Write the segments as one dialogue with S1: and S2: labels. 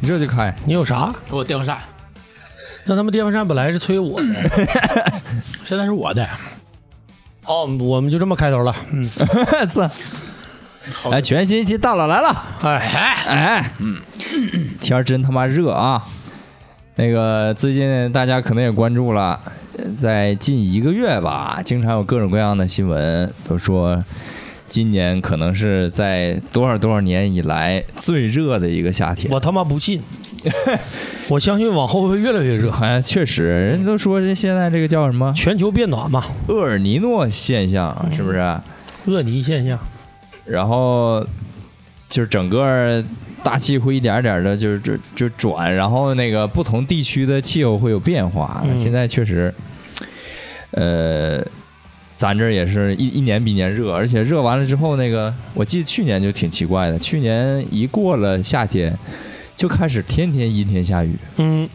S1: 你这就 开，
S2: 你有啥？
S3: 给我电风扇，
S2: 那他们电风扇本来是催我的，
S3: 现在是我的。
S2: 哦，我们就这么开头了。嗯，
S1: 这
S3: 好
S1: 来全新一期大佬来了，
S2: 哎，
S1: 哎，嗯，天儿真他妈热啊！那个最近大家可能也关注了，呃在近一个月吧，经常有各种各样的新闻都说，今年可能是在多少多少年以来最热的一个夏天。
S2: 我他妈不信， 我相信往后会越来越热，
S1: 好像哎确实，人都说这现在这个叫什么
S2: 全球变暖嘛，
S1: 厄尔尼诺现象啊，是不是？
S2: 厄尼现象。
S1: 然后就是整个大气会一点点的，就是就就转，然后那个不同地区的气候会有变化。
S2: 嗯
S1: 现在确实，呃，咱这儿也是一一年比一年热，而且热完了之后，那个我记得去年就挺奇怪的，去年一过了夏天，就开始天天阴天下雨。
S2: 嗯，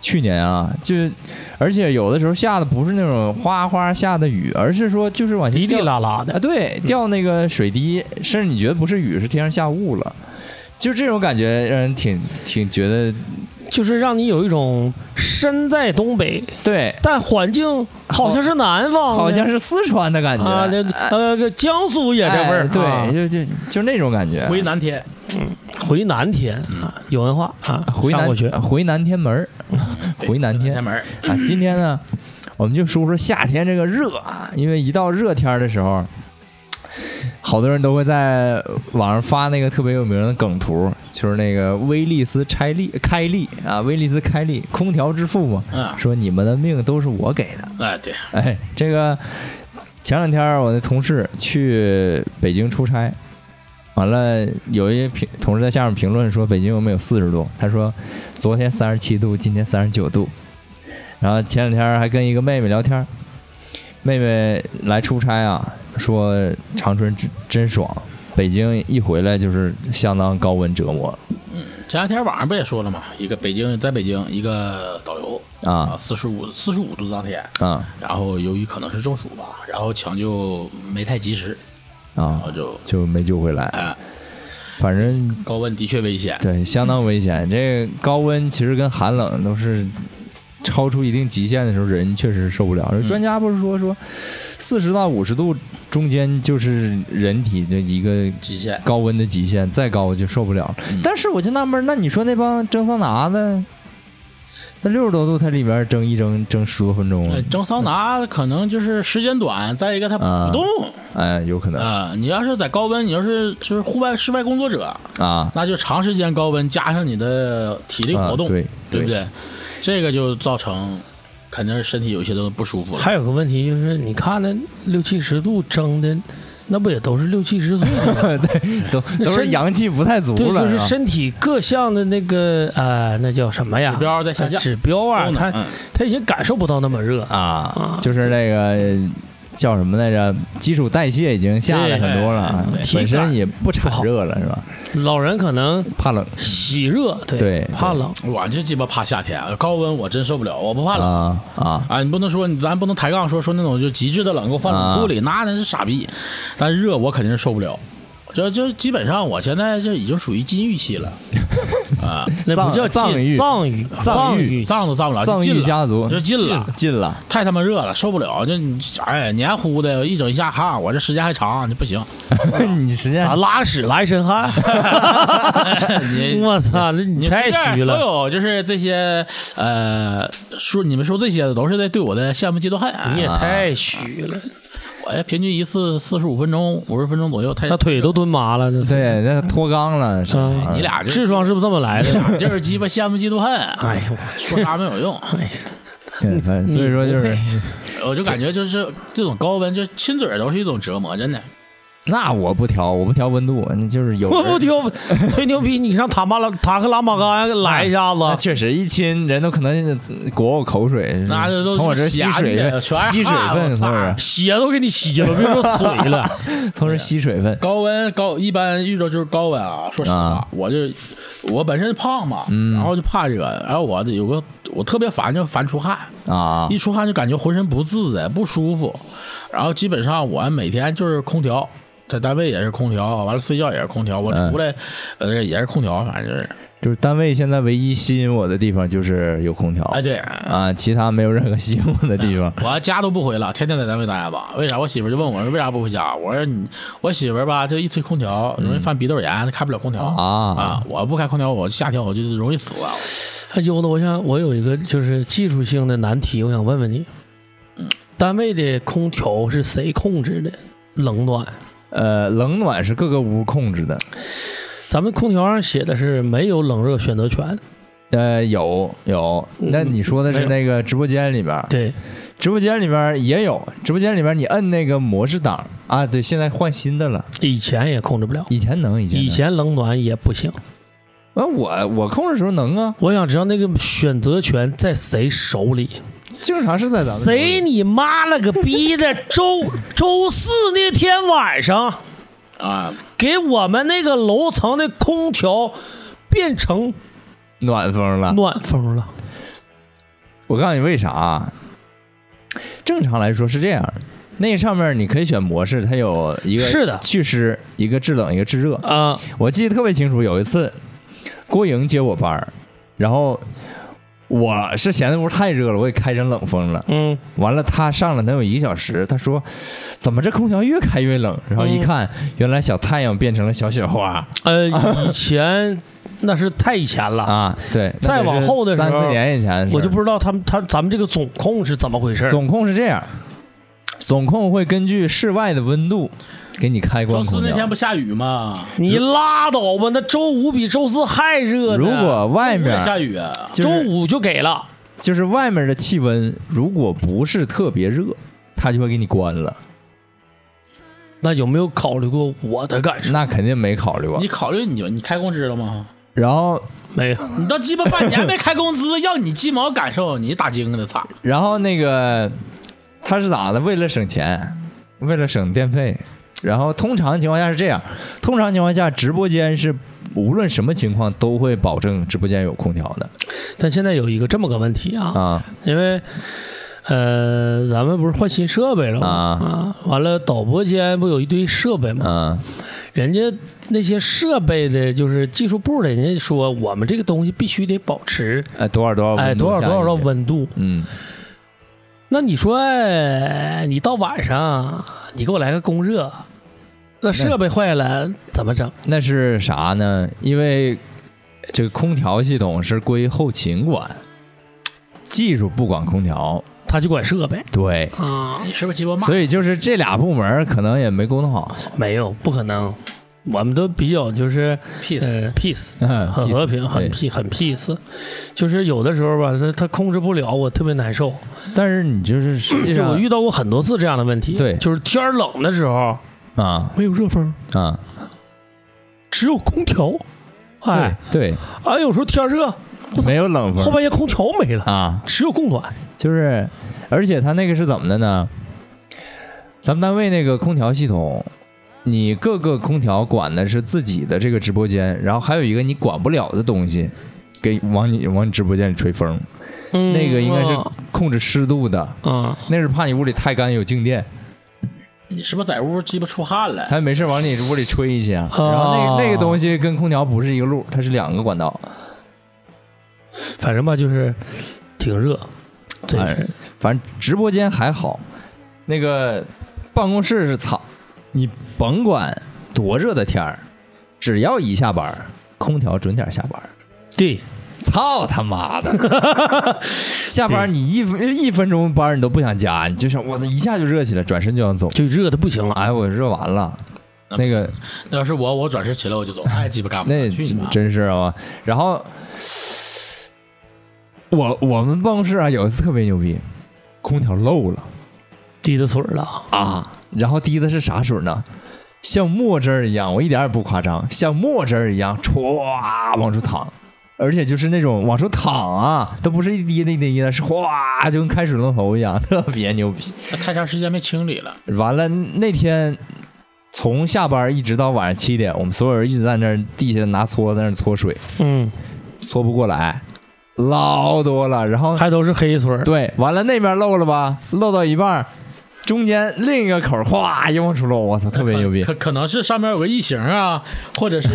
S1: 去年啊，就是，而且有的时候下的不是那种哗哗下的雨，而是说就是往下
S2: 滴滴
S1: 掉
S2: 啦啦
S1: 啊，
S2: 的，
S1: 对，掉那个水滴，甚至你觉得不是雨，是天上下雾了，就这种感觉让人挺挺觉得
S2: 就是让你有一种身在东北，
S1: 对，
S2: 但环境好像是南方的，
S1: 好像是四川的感觉
S2: 啊，那呃，江苏也这味儿，
S1: 哎对，
S2: 啊
S1: 就就就那种感觉。
S3: 回南天，
S2: 嗯
S3: 嗯
S2: 回南天啊，有文化啊，
S1: 回
S2: 上
S1: 南
S2: 过学，
S1: 回南天门儿，回南天
S3: 南门儿
S1: 啊！今天呢，我们就说说夏天这个热啊，因为一到热天儿的时候，好多人都会在网上发那个特别有名的梗图，就是那个威利斯拆利开利啊，威利斯开利，空调之父嘛，
S3: 嗯，
S1: 说你们的命都是我给的。
S3: 哎，对，
S1: 哎，这个前两天儿我的同事去北京出差，完了有一评同事在下面评论说北京有没有四十度？他说昨天三十七度，今天三十九度。然后前两天儿还跟一个妹妹聊天儿，妹妹来出差啊，说长春真真爽，北京一回来就是相当高温折磨
S3: 前两天网上不也说了吗？一个北京在北京一个导游
S1: 了
S3: 啊，
S1: 啊
S3: 四十五四十五度当天，
S1: 啊
S3: 然后由于可能是中暑吧，然后抢救没太及时，然
S1: 啊
S3: 后，就
S1: 就没救回来。
S3: 哎，
S1: 反正
S3: 高温的确危险。
S1: 对，相当危险。这个高温其实跟寒冷都是超出一定极限的时候，人确实受不了。
S2: 嗯
S1: 专家不是说说四十到五十度中间就是人体的一个
S3: 极限，
S1: 高温的极限，再高就受不了了。
S3: 嗯
S1: 但是我就纳闷儿，那你说那帮蒸桑拿的，那六十多度它里边蒸一蒸蒸十多分钟啊
S3: 呃，蒸桑拿可能就是时间短，再一个它
S1: 啊
S3: 不动
S1: 哎，有可能
S3: 啊。你要是在高温，你要是就是户外室外工作者，
S1: 啊，
S3: 那就长时间高温加上你的体力活动，
S1: 啊对
S3: 对不对？这个就造成肯定是身体有一些都不舒服了。
S2: 还有个问题就是，你看那六七十度蒸的，那不也都是六七十岁的吗？
S1: 都都是
S2: 身
S1: 阳气不太足
S2: 对，
S1: 了，
S2: 就是
S1: 吧
S2: 身体各项的那个呃，那叫什么呀？
S3: 指标在下降，
S2: 指标啊，
S3: 功能
S2: 它
S3: 嗯
S2: 它已经感受不到那么热。
S1: 啊，就是那个叫什么来着？基础代谢已经下来很多了啊
S3: 对，
S1: 本身也不产热了，是吧？
S2: 老人可能
S1: 怕冷
S2: 喜热，对，
S1: 对
S2: 怕冷，
S3: 我就鸡巴怕夏天，高温我真受不了，我不怕冷。
S1: 啊啊！
S3: 啊，你不能说你咱不能抬杠说说那种就极致的冷，给我放
S1: 啊
S3: 冷库里，那那是傻逼。但是热我肯定是受不了，就就基本上我现在这已经属于禁欲期了， 啊，
S2: 那不叫
S1: 藏
S2: 禁
S1: 欲
S2: 藏语，
S1: 藏
S2: 藏
S1: 欲
S2: 语，
S3: 脏都脏不了，
S1: 藏
S3: 啊就
S1: 玉
S3: 禁了，
S1: 家族
S3: 就禁了，
S1: 进 了，
S3: 太他妈热了，受不了。就你哎，黏糊的，一整一下哈，我这时间还长，这不行。
S1: 你时间
S2: 啊，拉屎拉一身汗，
S3: 你
S2: 我操，那你
S3: 你
S2: 太虚了。
S3: 所有就是这些呃，说你们说这些的都是在对我的羡慕嫉妒恨。
S2: 你也
S3: 哎
S2: 太虚了，
S3: 我这平均一次四十五分钟、五十分钟左右，太
S2: 那腿都蹲麻了。那
S1: 对，那脱肛了，是吧
S2: 啊
S3: 哎你俩就是
S2: 痔疮是不是这么来的？
S3: 你俩就是鸡巴羡慕嫉妒恨。
S2: 哎呦， 哎
S3: 说啥没有用，
S1: 对反正
S3: 嗯
S1: 所以说就是，
S3: 我就感觉就是这种高温，就亲嘴儿都是一种折磨，真的。
S1: 那我不调，我不调温度，那就是有
S2: 我
S1: 人
S2: 不挑，吹牛逼，你上塔马拉塔克拉玛干来一下子，
S1: 那确实，一亲人都可能裹我口水，
S3: 那这都
S1: 从我这吸水
S3: 咸
S1: 分，
S3: 的全是
S1: 吸水
S3: 汗
S1: 分，
S3: 我
S1: 从
S3: 操
S1: 这
S2: 鞋都给你洗了，别说水了。
S1: 从这吸水分，
S3: 高温高一般遇着就是高温啊，说实话，
S1: 啊嗯
S3: 我就我本身胖嘛，然后就怕热，然后我有个我特别烦，就烦出汗，
S1: 啊
S3: 一出汗就感觉浑身不自在、不舒服，然后基本上我每天就是空调。在单位也是空调，完了睡觉也是空调，我
S1: 嗯
S3: 出来呃也是空调，反正就是，
S1: 就是单位现在唯一吸引我的地方就是有空调
S3: 哎对，
S1: 啊，其他没有任何吸引我的地方。
S3: 我家都不回了，天天在单位待着。为啥？我媳妇就问我说为啥不回家？我说你，我媳妇儿吧，就一吹空调容易犯鼻窦炎，开不了空调
S1: 嗯啊
S3: 啊！我不开空调，我夏天我就容易死啊！
S2: 哎，优子，我想我有一个就是技术性的难题，我想问问你，单位的空调是谁控制的？冷暖？
S1: 呃，冷暖是各个屋控制的，
S2: 咱们空调上写的是没有冷热选择权，
S1: 呃，有有。那你说的是那个直播间里边，
S2: 对，
S1: 直播间里边也有，直播间里边你摁那个模式档啊，对，现在换新的了，
S2: 以前也控制不了，
S1: 以前能，以前能
S2: 以前冷暖也不行。
S1: 啊，我我空的时候能啊，
S2: 我想知道那个选择权在谁手里？
S1: 经常是在咱们
S2: 谁你妈了个逼的！周周四那天晚上，
S3: 啊，
S2: 给我们那个楼层的空调变成
S1: 暖风了。
S2: 暖风了。
S1: 我告诉你为啥啊，正常来说是这样，那上面你可以选模式，它有一个
S2: 是的
S1: 祛湿，一个制冷，一个制热。
S2: 啊、
S1: 我记得特别清楚，有一次郭莹接我班儿，然后我是嫌那屋太热了，我给开成冷风了。
S2: 嗯，
S1: 完了，他上了能有一个小时，他说怎么这空调越开越冷？然后一看，
S2: 嗯
S1: 原来小太阳变成了小雪花
S2: 呃，以前那是太以前了，
S1: 啊！对，那
S2: 再
S1: 得
S2: 往
S1: 是
S2: 后的时
S1: 三四
S2: 候
S1: 年以前的事儿，
S2: 我就不知道他们他咱们这个总控是怎么回事 儿。
S1: 总控是这样，总控会根据室外的温度给你开关
S3: 周
S1: 空
S3: 四那天
S1: 调
S3: 不。下雨吗？
S2: 你拉倒吧，那周五比周四还热呢。啊
S1: 如果外
S3: 不
S1: 面
S3: 会下雨啊，
S1: 就
S2: 周
S1: 是
S2: 五就给了，
S1: 就是外面的气温，如果不是特别热，它就会给你关了。
S2: 那有没有考虑过我的感受？
S1: 那肯定没考虑过
S3: 你。考虑你你开工资了吗？
S1: 然后，
S2: 没有，
S3: 你都鸡巴半年没开工资，要你鸡毛感受，你打精的操！
S1: 然后那个他是咋的？为了省钱，为了省电费。然后通常情况下是这样，通常情况下直播间是无论什么情况都会保证直播间有空调的
S2: 但现在有一个这么个问题啊，
S1: 啊。
S2: 因为呃，咱们不是换新设备了吗？
S1: 啊
S2: 啊，完了，导播间不有一堆设备吗？
S1: 嗯，
S2: 人家那些设备的，就是技术部的，人家说我们这个东西必须得保持。
S1: 哎，多少多少
S2: 哎，
S1: 温度
S2: 多少多
S1: 下
S2: 少
S1: 去
S2: 的温度？
S1: 嗯，
S2: 那你说，哎你到晚上，你给我来个供热，那设备坏了怎么整？
S1: 那是啥呢？因为这个空调系统是归后勤管，技术不管空调。
S2: 他就管设备
S1: 对，
S2: 啊？
S3: 你是不是鸡巴骂？
S1: 所以就是这俩部门儿可能也没沟通好。
S2: 没有，不可能，我们都比较就是
S3: 屁死！
S2: 呃 peace，
S1: 嗯
S2: 很和平，很
S1: 对
S2: peace，很 peace。就是有的时候吧，他他控制不了，我特别难受。
S1: 但是你就是实际
S2: 就是我
S1: 上
S2: 遇到过很多次这样的问题，
S1: 对
S2: 就是天儿冷的时候
S1: 啊
S2: 没有热风，
S1: 啊，
S2: 只有空调。哎，
S1: 对，
S2: 啊，有时候天儿热，
S1: 没有冷
S2: 后
S1: 风
S2: 半夜空调没了，
S1: 啊，
S2: 只有供暖。
S1: 就是，而且他那个是怎么的呢？咱们单位那个空调系统，你各个空调管的是自己的这个直播间，然后还有一个你管不了的东西，给往你往你直播间里吹风，
S2: 嗯
S1: 那个应该是控制湿度的，
S2: 啊，
S1: 那是怕你屋里太干有静电，
S3: 你是不是在屋鸡巴出汗了？
S1: 他没事往你屋里吹一下。
S2: 啊
S1: 然后那那个东西跟空调不是一个路，它是两个管道。
S2: 反正吧，就是挺热，真
S1: 哎
S2: 是。
S1: 反正直播间还好，那个办公室是操，你甭管多热的天儿，只要一下班儿，空调准点下班儿。
S2: 对，
S1: 操他妈 的！下班儿你一分一分钟班儿你都不想加，你就想我一下就热起来，转身就想走。
S2: 就热的不行了。
S1: 哎，我热完了，那个
S3: 那要是我，我转身起来我就走，爱鸡巴干不
S1: 那
S3: 干去你妈！
S1: 真是啊！然后我我们办公室啊有一次特别牛逼，空调漏了。
S2: 滴的水儿了，
S1: 啊，然后滴的是啥水呢？像墨汁儿一样，我一点儿也不夸张，像墨汁儿一样歘往出淌，而且就是那种往出淌啊，都不是一滴一滴一滴的，是哗，就跟开水龙头一样， 特别牛逼。
S3: 那太长时间没清理了，
S1: 完了那天从下班一直到晚上七点，我们所有人一直在那儿地下拿搓在那儿搓水，
S2: 嗯，
S1: 搓不过来，老多了。然后
S2: 嗯还都是黑水儿。
S1: 对，完了那边漏了吧，漏到一半儿，中间另一个口儿咵一往出漏，我操，特别牛逼！
S3: 可可能是上面有个异形啊，或者是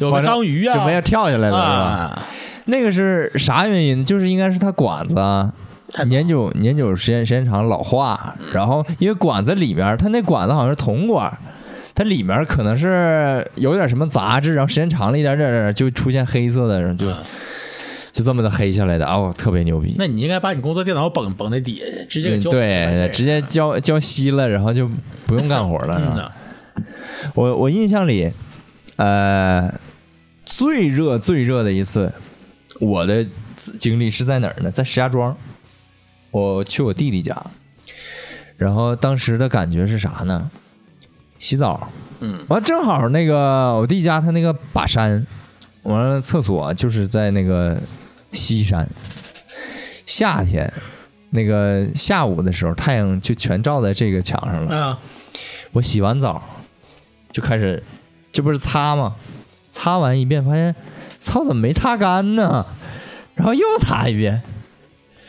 S3: 有个章鱼啊，
S1: 准备要跳下来了，是吧？
S3: 啊，
S1: 那个是啥原因？就是应该是它管子啊
S3: 太
S1: 年久年久时间时间长老化，然后因为管子里面儿它那管子好像是铜管儿，它里面儿可能是有点什么杂质，然后时间长了一点点儿就出现黑色的，然后就
S3: 嗯
S1: 就这么的黑下来的，哦，特别牛逼。
S3: 那你应该把你工作电脑绷绷在底下去，直接给
S1: 嗯，
S3: 交啊给他
S1: 对，
S3: 谁
S1: 直接浇浇熄了，然后就不用干活了。是
S3: 嗯
S1: 吧
S3: 呐，
S1: 我我印象里，呃，最热最热的一次，我的经历是在哪儿呢？在石家庄，我去我弟弟家，然后当时的感觉是啥呢？洗澡，
S3: 嗯，
S1: 完正好那个我弟家他那个把山，完了厕所啊就是在那个西山，夏天。那个下午的时候，太阳就全照在这个墙上了。
S3: 啊，
S1: 我洗完澡就开始，这不是擦吗？擦完一遍发现，操，怎么没擦干呢？然后又擦一遍，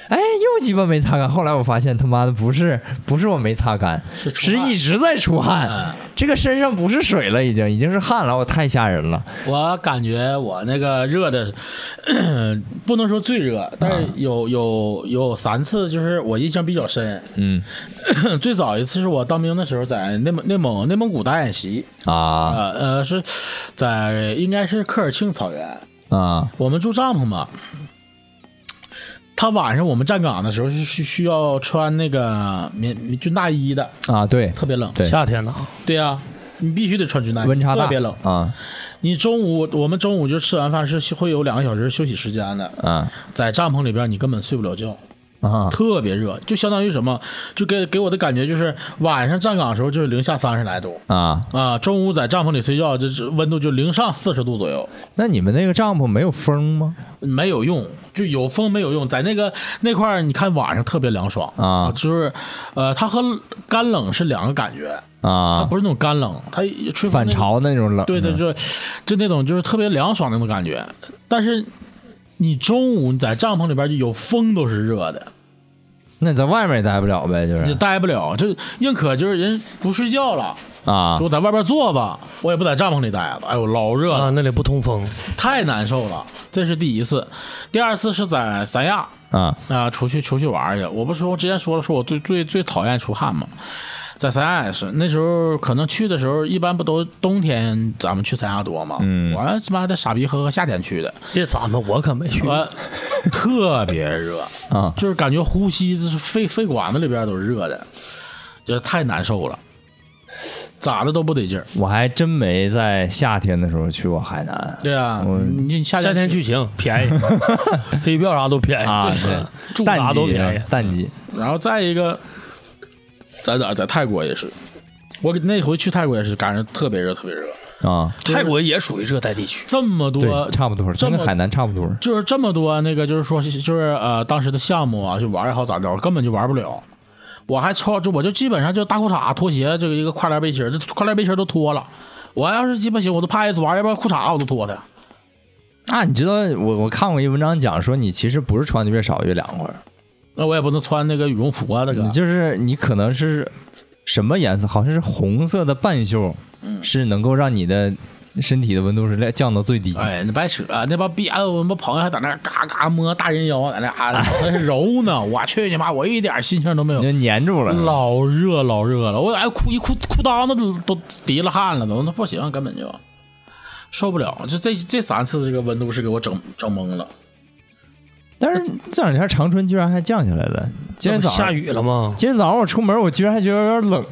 S1: 哎，又鸡巴没擦干。后来我发现他妈的不是不是我没擦干，
S3: 是出
S1: 是
S3: 汗
S1: 一直在出汗，
S3: 嗯
S1: 这个身上不是水了，已经已经是汗了，我太吓人了。
S3: 我感觉我那个热的， 不能说最热，但
S1: 啊
S3: 是有有有三次，就是我印象比较深。
S1: 嗯
S3: 最早一次是我当兵的时候，在内蒙内蒙内蒙古大演习，
S1: 啊
S3: 呃呃是在应该是科尔沁草原，
S1: 啊
S3: 我们住帐篷嘛。他晚上我们站岗的时候是需需要穿那个棉棉军大衣的，
S1: 啊！对，
S3: 特别冷。
S1: 对
S2: 夏天呢，
S3: 对呀、你必须得穿军大衣，
S1: 温差大，
S3: 特别冷。
S1: 啊
S3: 你中午我们中午就吃完饭是会有两个小时休息时间的，
S1: 啊
S3: 在帐篷里边你根本睡不了觉，
S1: 啊！
S3: 特别热，就相当于什么，就给给我的感觉就是晚上站岗的时候就是零下三十来度
S1: 啊，
S3: 啊，中午在帐篷里睡觉就是温度就零上四十度左右，
S1: 那你们那个帐篷没有风吗？
S3: 没有用，就有风没有用，在那个那块儿你看晚上特别凉爽
S1: 啊
S3: 就是呃，它和干冷是两个感觉，它
S1: 啊，
S3: 不是那种干冷，它吹风
S1: 反
S3: 那个
S1: 潮那种冷，
S3: 对对，
S1: 嗯
S3: 就就那种就是特别凉爽那种感觉。但是你中午你在帐篷里边就有风都是热的，
S1: 那你在外面也待不了呗，就
S3: 你就是待不了，就宁可就是人不睡觉了，
S1: 啊
S3: 就在外边坐吧，我也不在帐篷里待了。哎呦，老热
S2: 啊，
S3: 了，
S2: 那里不通风，
S3: 太难受了。这是第一次，第二次是在三亚
S1: 啊
S3: 啊、出去出去玩去。我不是说我之前说了，说我最最最讨厌出汗嘛。在三亚也是，那时候可能去的时候，一般不都冬天咱们去三亚多嘛？
S1: 嗯
S3: 我他妈的傻逼呵呵夏天去的，
S2: 这咱们我可没去，
S3: 完，特别热，
S1: 啊
S3: 就是感觉呼吸就是肺肺管子里边都是热的，就是太难受了，咋的都不得劲儿。
S1: 我还真没在夏天的时候去过海南
S3: 对啊，你你夏
S2: 夏天
S3: 去
S2: 去行便宜， 飞机票啥都便宜
S1: 啊，
S2: 对
S1: 对
S2: 住
S1: 淡
S2: 啥都
S1: 季
S2: 便宜
S1: 啊，
S3: 嗯
S1: 淡季
S3: 然后再一个，在哪儿？在泰国也是，我那回去泰国也是，赶上特别热，特别热，
S1: 啊，
S2: 泰国也属于热带地区，
S3: 这么多
S1: 对，。差不多，
S3: 这
S1: 真
S3: 么嗯
S1: 跟海南差不多
S3: 就是这么多那个，就是说，就是呃，当时的项目啊，就玩也好咋的，根本就玩不了。我还穿，就我就基本上就大裤衩、拖鞋，这个一个跨栏背心儿，这跨栏背心儿都脱了。我要是鸡巴行，我都怕一玩，要不然裤衩我都脱它。
S1: 那啊你知道我我看过一文章讲说，你其实不是穿的越少越凉快，
S3: 那我也不能穿那个羽绒服啊，这个
S1: 你就是你可能是什么颜色，好像是红色的半袖，
S3: 嗯
S1: 是能够让你的身体的温度是降到最低。
S3: 哎，你白扯、那帮逼啊！我们朋友还在那儿嘎嘎摸大人腰，在那嘎 嘎揉呢。我去你妈！我一点心情都没有
S1: 你，就粘住了，
S3: 老热老热了。我哎裤一裤裤裆子都都滴了汗了，都那不行，根本就受不了。就这这三次这个温度是给我整整懵了。
S1: 但是这两天长春居然还降下来了。今天
S2: 这
S1: 早
S2: 不
S1: 上
S2: 下，雨了吗？
S1: 今天早上我出门，我居然还觉得有点冷。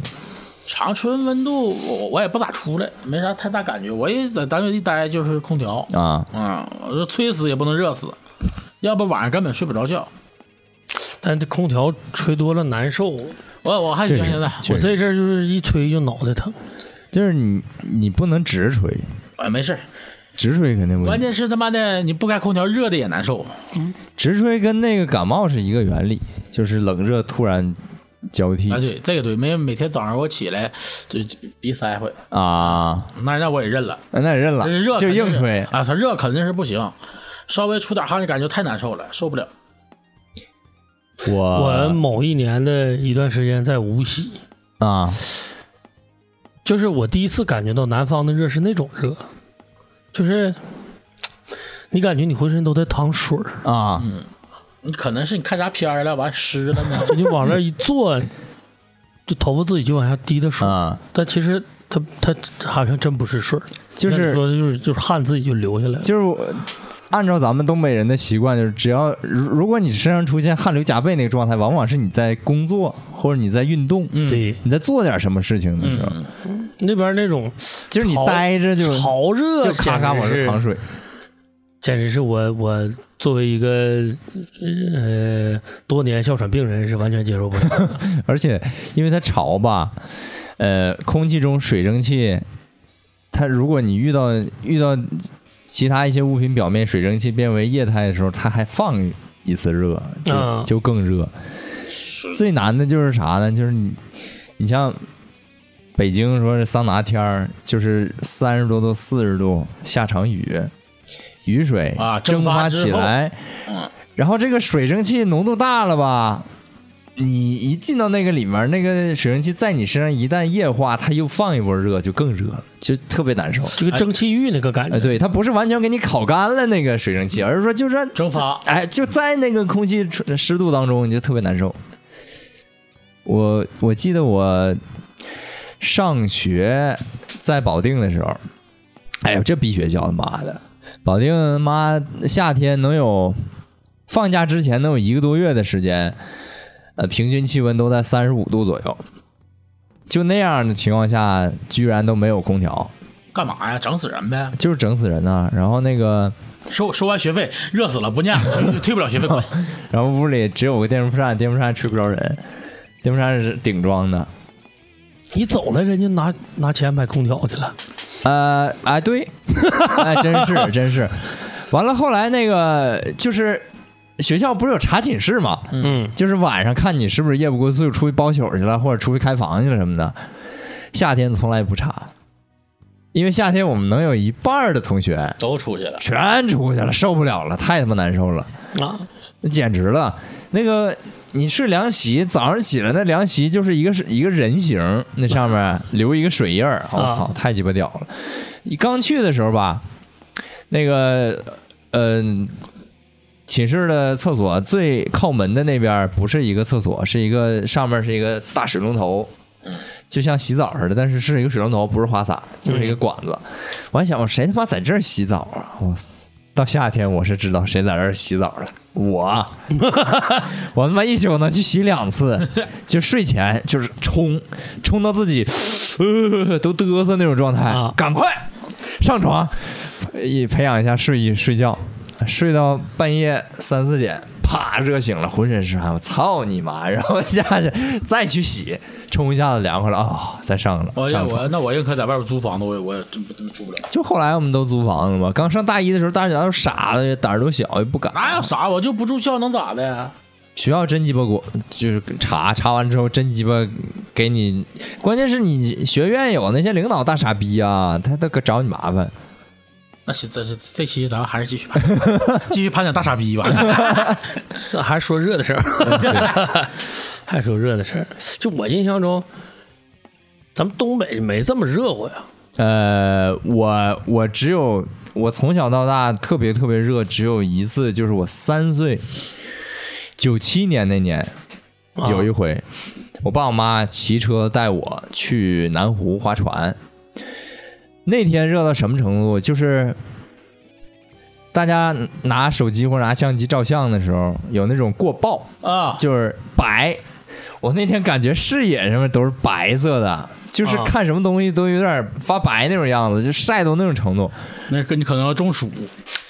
S3: 长春温度我我也不咋出来，没啥太大感觉。我也在单位一待就是空调，
S1: 啊，
S3: 嗯，我说吹死也不能热死，要不晚上根本睡不着觉。
S2: 但这空调吹多了难受，
S3: 我我还行
S1: 确实
S3: 现在，
S1: 确
S2: 我
S1: 实
S2: 这阵儿就是一吹就脑袋疼。
S1: 就是你你不能直吹，
S3: 哎没事儿。
S1: 直吹肯定不
S3: 关
S1: 行。
S3: 键是他妈的你不开空调热的也难受。
S1: 直吹跟那个感冒是一个原理，就是冷热突然交替
S3: 啊对，这个对，每每天早上我起来就就鼻塞会，
S1: 啊，
S3: 那那我也认了。
S1: 那也认了
S3: 这是热，
S1: 啊就
S3: 肯定
S1: 硬
S3: 是
S1: 吹。
S3: 啊！它热肯定是不行，稍微出点汗就感觉太难受了，受不了。
S1: 啊
S2: 我
S1: 我
S2: 某一年的一段时间在无锡，
S1: 啊，
S2: 就是我第一次感觉到南方的热是那种热，就是嘖你感觉你浑身都在淌水儿，
S1: 啊，
S3: 嗯你可能是你看啥片儿了，完湿了呢。
S2: 就你往那儿一坐，就头发自己就往下滴的水儿，
S1: 嗯，
S2: 但其实它它好像真不是水儿，
S1: 就
S2: 那你
S1: 是
S2: 说的就是就是汗自己就流下来了。
S1: 就是我按照咱们东北人的习惯，就是只要如如果你身上出现汗流浃背那个状态，往往是你在工作或者你在运动，
S3: 嗯，
S2: 对，
S1: 你在做点什么事情的时候，
S3: 嗯，
S2: 那边那种
S1: 就是你
S2: 潮
S1: 待着就
S2: 潮热，
S1: 就咔咔往
S2: 简直
S1: 这
S2: 是
S1: 淌水，
S2: 简直是我我作为一个呃多年哮喘病人是完全接受不了 的。
S1: 而且因为它潮吧，呃，空气中水蒸气，它如果你遇到遇到其他一些物品表面水蒸气变为液态的时候，它还放一次热，就、
S2: 嗯
S1: 就更热。最难的就是啥呢？就是你，你像北京说是桑拿天儿，就是三十多度、四十度，下场雨，雨水
S3: 啊
S1: 蒸
S3: 蒸发
S1: 发
S3: 之
S1: 起
S3: 后
S1: 来，
S3: 嗯
S1: 然后这个水蒸气浓度大了吧？你一进到那个里面，那个水蒸气在你身上一旦液化，它又放一波热，就更热了，就特别难受。
S2: 这个蒸汽浴那个感
S1: 哎，
S2: 觉，
S1: 对，它不是完全给你烤干了那个水蒸气，而是说就是让
S3: 蒸发
S1: 哎，就在那个空气纯湿度当中，你就特别难受。我我记得我上学在保定的时候，哎呦，这逼学校，妈的，保定妈夏天能有放假之前能有一个多月的时间，呃，平均气温都在三十五度左右，就那样的情况下，居然都没有空调，
S3: 干嘛呀？整死人呗！
S1: 就是整死人呐、然后那个。
S3: 收收完学费，热死了，不念了，退不了学 费，滚！
S1: 然后屋里只有个电风扇，电风扇吹不着人，电风扇是顶装的。
S2: 你走了，人家拿拿钱买空调去了。
S1: 呃，哎，对，哎，真是真是。完了，后来那个就是学校不是有查寝室吗？
S2: 嗯，
S1: 就是晚上看你是不是夜不归宿，出去包宿去了，或者出去开房去了什么的。夏天从来不查，因为夏天我们能有一半儿的同学
S3: 都出去了，
S1: 全出去了，受不了了，太他妈难受了。
S2: 啊，
S1: 那简直了！那个你睡凉席，早上起来那凉席就是一个是一个人形，那上 面留一个水印儿，我、
S2: 啊
S1: 操，太鸡巴屌了！你刚去的时候吧，那个嗯、寝室的厕所最靠门的那边儿不是一个厕所，是一个上面是一个大水龙头，
S2: 嗯
S1: 就像洗澡似的，但是是一个水龙头，不是花洒，就是一
S2: 嗯
S1: 个管子。我还想，我谁他妈在这儿洗澡啊？我到夏天我是知道谁在这儿洗澡了，我， 我他妈一宿能去洗两次，就睡前就是冲，冲到自己呃都嘚瑟那种状态，
S2: 啊
S1: 赶快上床，也培养一下睡意，睡觉，睡到半夜三四点，啪热醒了，浑身是汗，我操你妈！ 然后下去再去洗，冲一下子凉快了啊、再上了。
S3: 我要
S1: 上床
S3: 哎我那我宁可在外边租房子，我也我也真不真住不了。
S1: 就后来我们都租房了嘛，刚上大一的时候，大家都傻了，胆儿都小，也不敢。
S3: 哪有啥？我就不住校能咋的呀？
S1: 学校真鸡巴管，就是查查完之后真鸡巴给你，关键是你学院有那些领导大傻逼啊，他都搁找你麻烦。
S3: 那行，这这这期咱们还是继续盘，继续盘点大傻逼吧。
S2: 这还说热的事
S1: 哎
S2: 儿， 还说热的事儿。就我印象中，咱们东北没这么热过呀。
S1: 呃，我我只有我从小到大特别特别热，只有一次，就是我三岁，九七年那年
S2: 啊
S1: 有一回，我爸我妈骑车带我去南湖划船，那天热到什么程度？就是大家拿手机或者拿相机照相的时候，有那种过曝，
S3: 啊，
S1: 就是白。我那天感觉视野上面都是白色的，就是
S3: 嗯
S2: 啊
S1: 看什么东西都有点发白那种样子，就晒到那种程度。
S3: 那个你可能要中暑。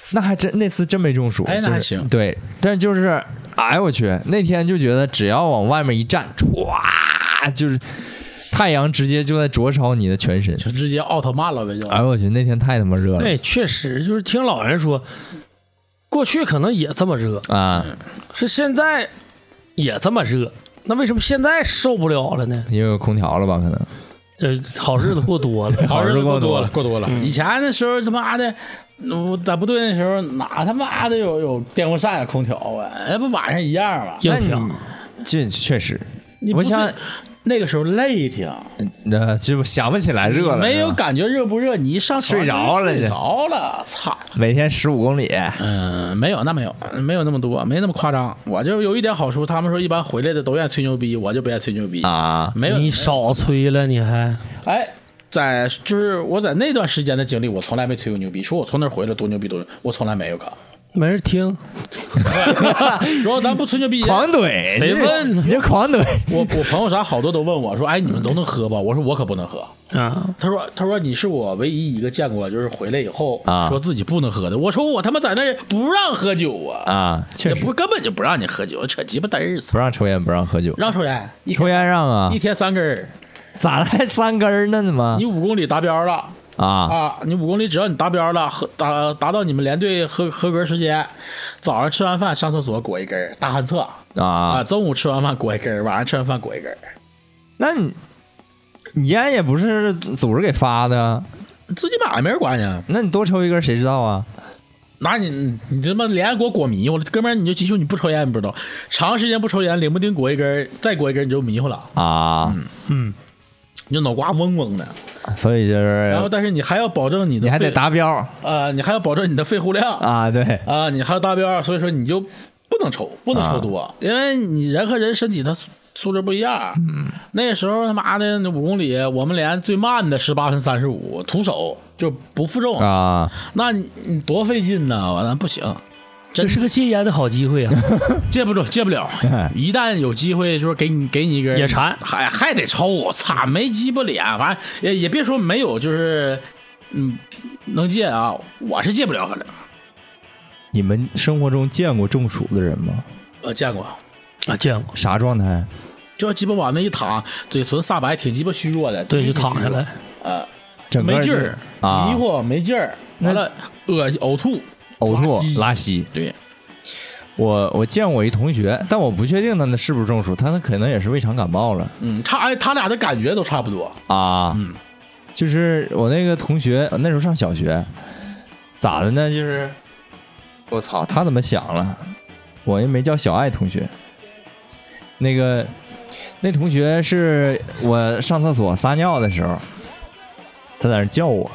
S1: 那还真那次真没中暑，
S3: 哎那
S1: 就是
S3: 还行
S1: 对，但就是哎我去，那天就觉得只要往外面一站，歘，就是太阳直接就在灼烧你的全身。
S3: 就直接奥特曼了呗，就、
S1: 哎我去，那天太他妈热了
S2: 哎，确实就是听老人说，过去可能也这么热，
S1: 啊！
S2: 是现在也这么热。那为什么现在受不了了呢？
S1: 因为有空调了吧？可能
S2: 呃，好日子过多了
S1: 好日子过多了嗯
S3: 过多了。以前的时候他妈的我在部队那时候哪他妈的有有电风扇、有空调啊？那不晚上一样吗？
S2: 硬挺，
S1: 这确实，
S3: 你
S1: 我
S3: 不是
S1: 想
S3: 那个时候累挺，
S1: 那嗯呃就想不起来热了，
S3: 没有
S1: 是吧
S3: 感觉热不热，你一上床
S1: 睡着了
S3: 就
S1: 就
S3: 睡着了，操！
S1: 每天十五公里，
S3: 嗯，没有，那没有，没有那么多，没那么夸张。我就有一点好处，他们说一般回来的都愿意吹牛逼，我就不愿意吹牛逼。
S1: 啊，
S3: 没有，
S2: 你少吹了，你还
S3: 哎，在就是我在那段时间的经历，我从来没吹过牛逼，说我从那儿回来多牛逼多牛逼，我从来没 有搞。
S2: 没人听，
S3: 说咱不吹牛逼，
S1: 狂怼，
S2: 谁问
S1: 你这狂怼，
S3: 我我朋友啥好多都问我说，哎，你们都能喝吧？我说我可不能喝。
S2: 啊，
S3: 他说他说你是我唯一一个见过就是回来以后
S1: 啊
S3: 说自己不能喝的。我说我他妈在那儿不让喝酒啊，
S1: 啊，确
S3: 也
S1: 实
S3: 不根本就不让你喝酒，扯鸡巴嘚儿，操！
S1: 不让抽烟，不让喝酒，
S3: 让抽烟，一天
S1: 抽烟让啊
S3: 一，天三根儿，
S1: 咋了还三根儿呢？怎么
S3: 你五公里达标了。
S1: 啊？
S3: 啊，你五公里只要你达标了，合达达到你们连队合合格时间，早上吃完饭上厕所裹一根儿大旱厕啊，
S1: 啊，
S3: 中午吃完饭裹一根儿，晚上吃完饭裹一根儿，
S1: 那你你烟也不是组织给发的，
S3: 你自己买没人管你。
S1: 那你多抽一根谁知道啊？
S3: 拿你你他妈连给我裹迷糊了，哥们儿你就记住你不抽烟你不知道，长时间不抽烟，冷不丁裹一根儿，再裹一根儿你就迷糊了，
S1: 啊，
S2: 嗯，
S3: 你就脑瓜嗡嗡的。
S1: 所以就
S3: 然后
S1: 是
S3: 但是你还要保证你的
S1: 哎你
S3: 肺，
S1: 还得达标
S3: 呃，你还要保证你的肺活量
S1: 啊，对，
S3: 啊，你还有达标，所以说你就不能抽，不能抽多，因为你人和人身体它素素质不一样。嗯，那时候他妈的那五公里，我们连最慢的十八分三十五，徒手就不负重，
S1: 啊，
S3: 那你你多费劲呐！完了不行，
S2: 这是个戒烟的好机会啊，
S3: 戒不住，戒不了。一旦有机会，就是给你给你一根
S2: 也馋
S3: 还还得抽，我操，没鸡巴脸，反正也也别说没有，就是嗯能戒啊，我是戒不了，反正
S1: 你们生活中见过中暑的人吗？
S3: 我见过。
S2: 啊，见过，
S1: 啥状态？
S3: 就鸡巴往那一躺，嘴唇煞白，挺鸡巴虚弱的，
S2: 对，就
S3: 挺
S2: 躺下
S3: 虚弱，
S2: 来，
S3: 呃，
S1: 整个
S3: 没
S1: 人
S3: 劲
S1: 就
S3: 儿，
S1: 啊
S3: 迷糊，没劲儿，
S1: 那
S3: 完了恶心呕吐，
S1: 呕
S3: 拉稀
S1: 吐、拉稀。
S3: 对，
S1: 我我见我一同学，但我不确定他那是不是中暑，他那可能也是胃肠感冒了
S3: 嗯，他哎，他俩的感觉都差不多，
S1: 啊。
S3: 嗯，
S1: 就是我那个同学呃那时候上小学，咋的呢？就是我操，他怎么想了？我也没叫小爱同学，那个那同学是我上厕所撒尿的时候，他在那叫我，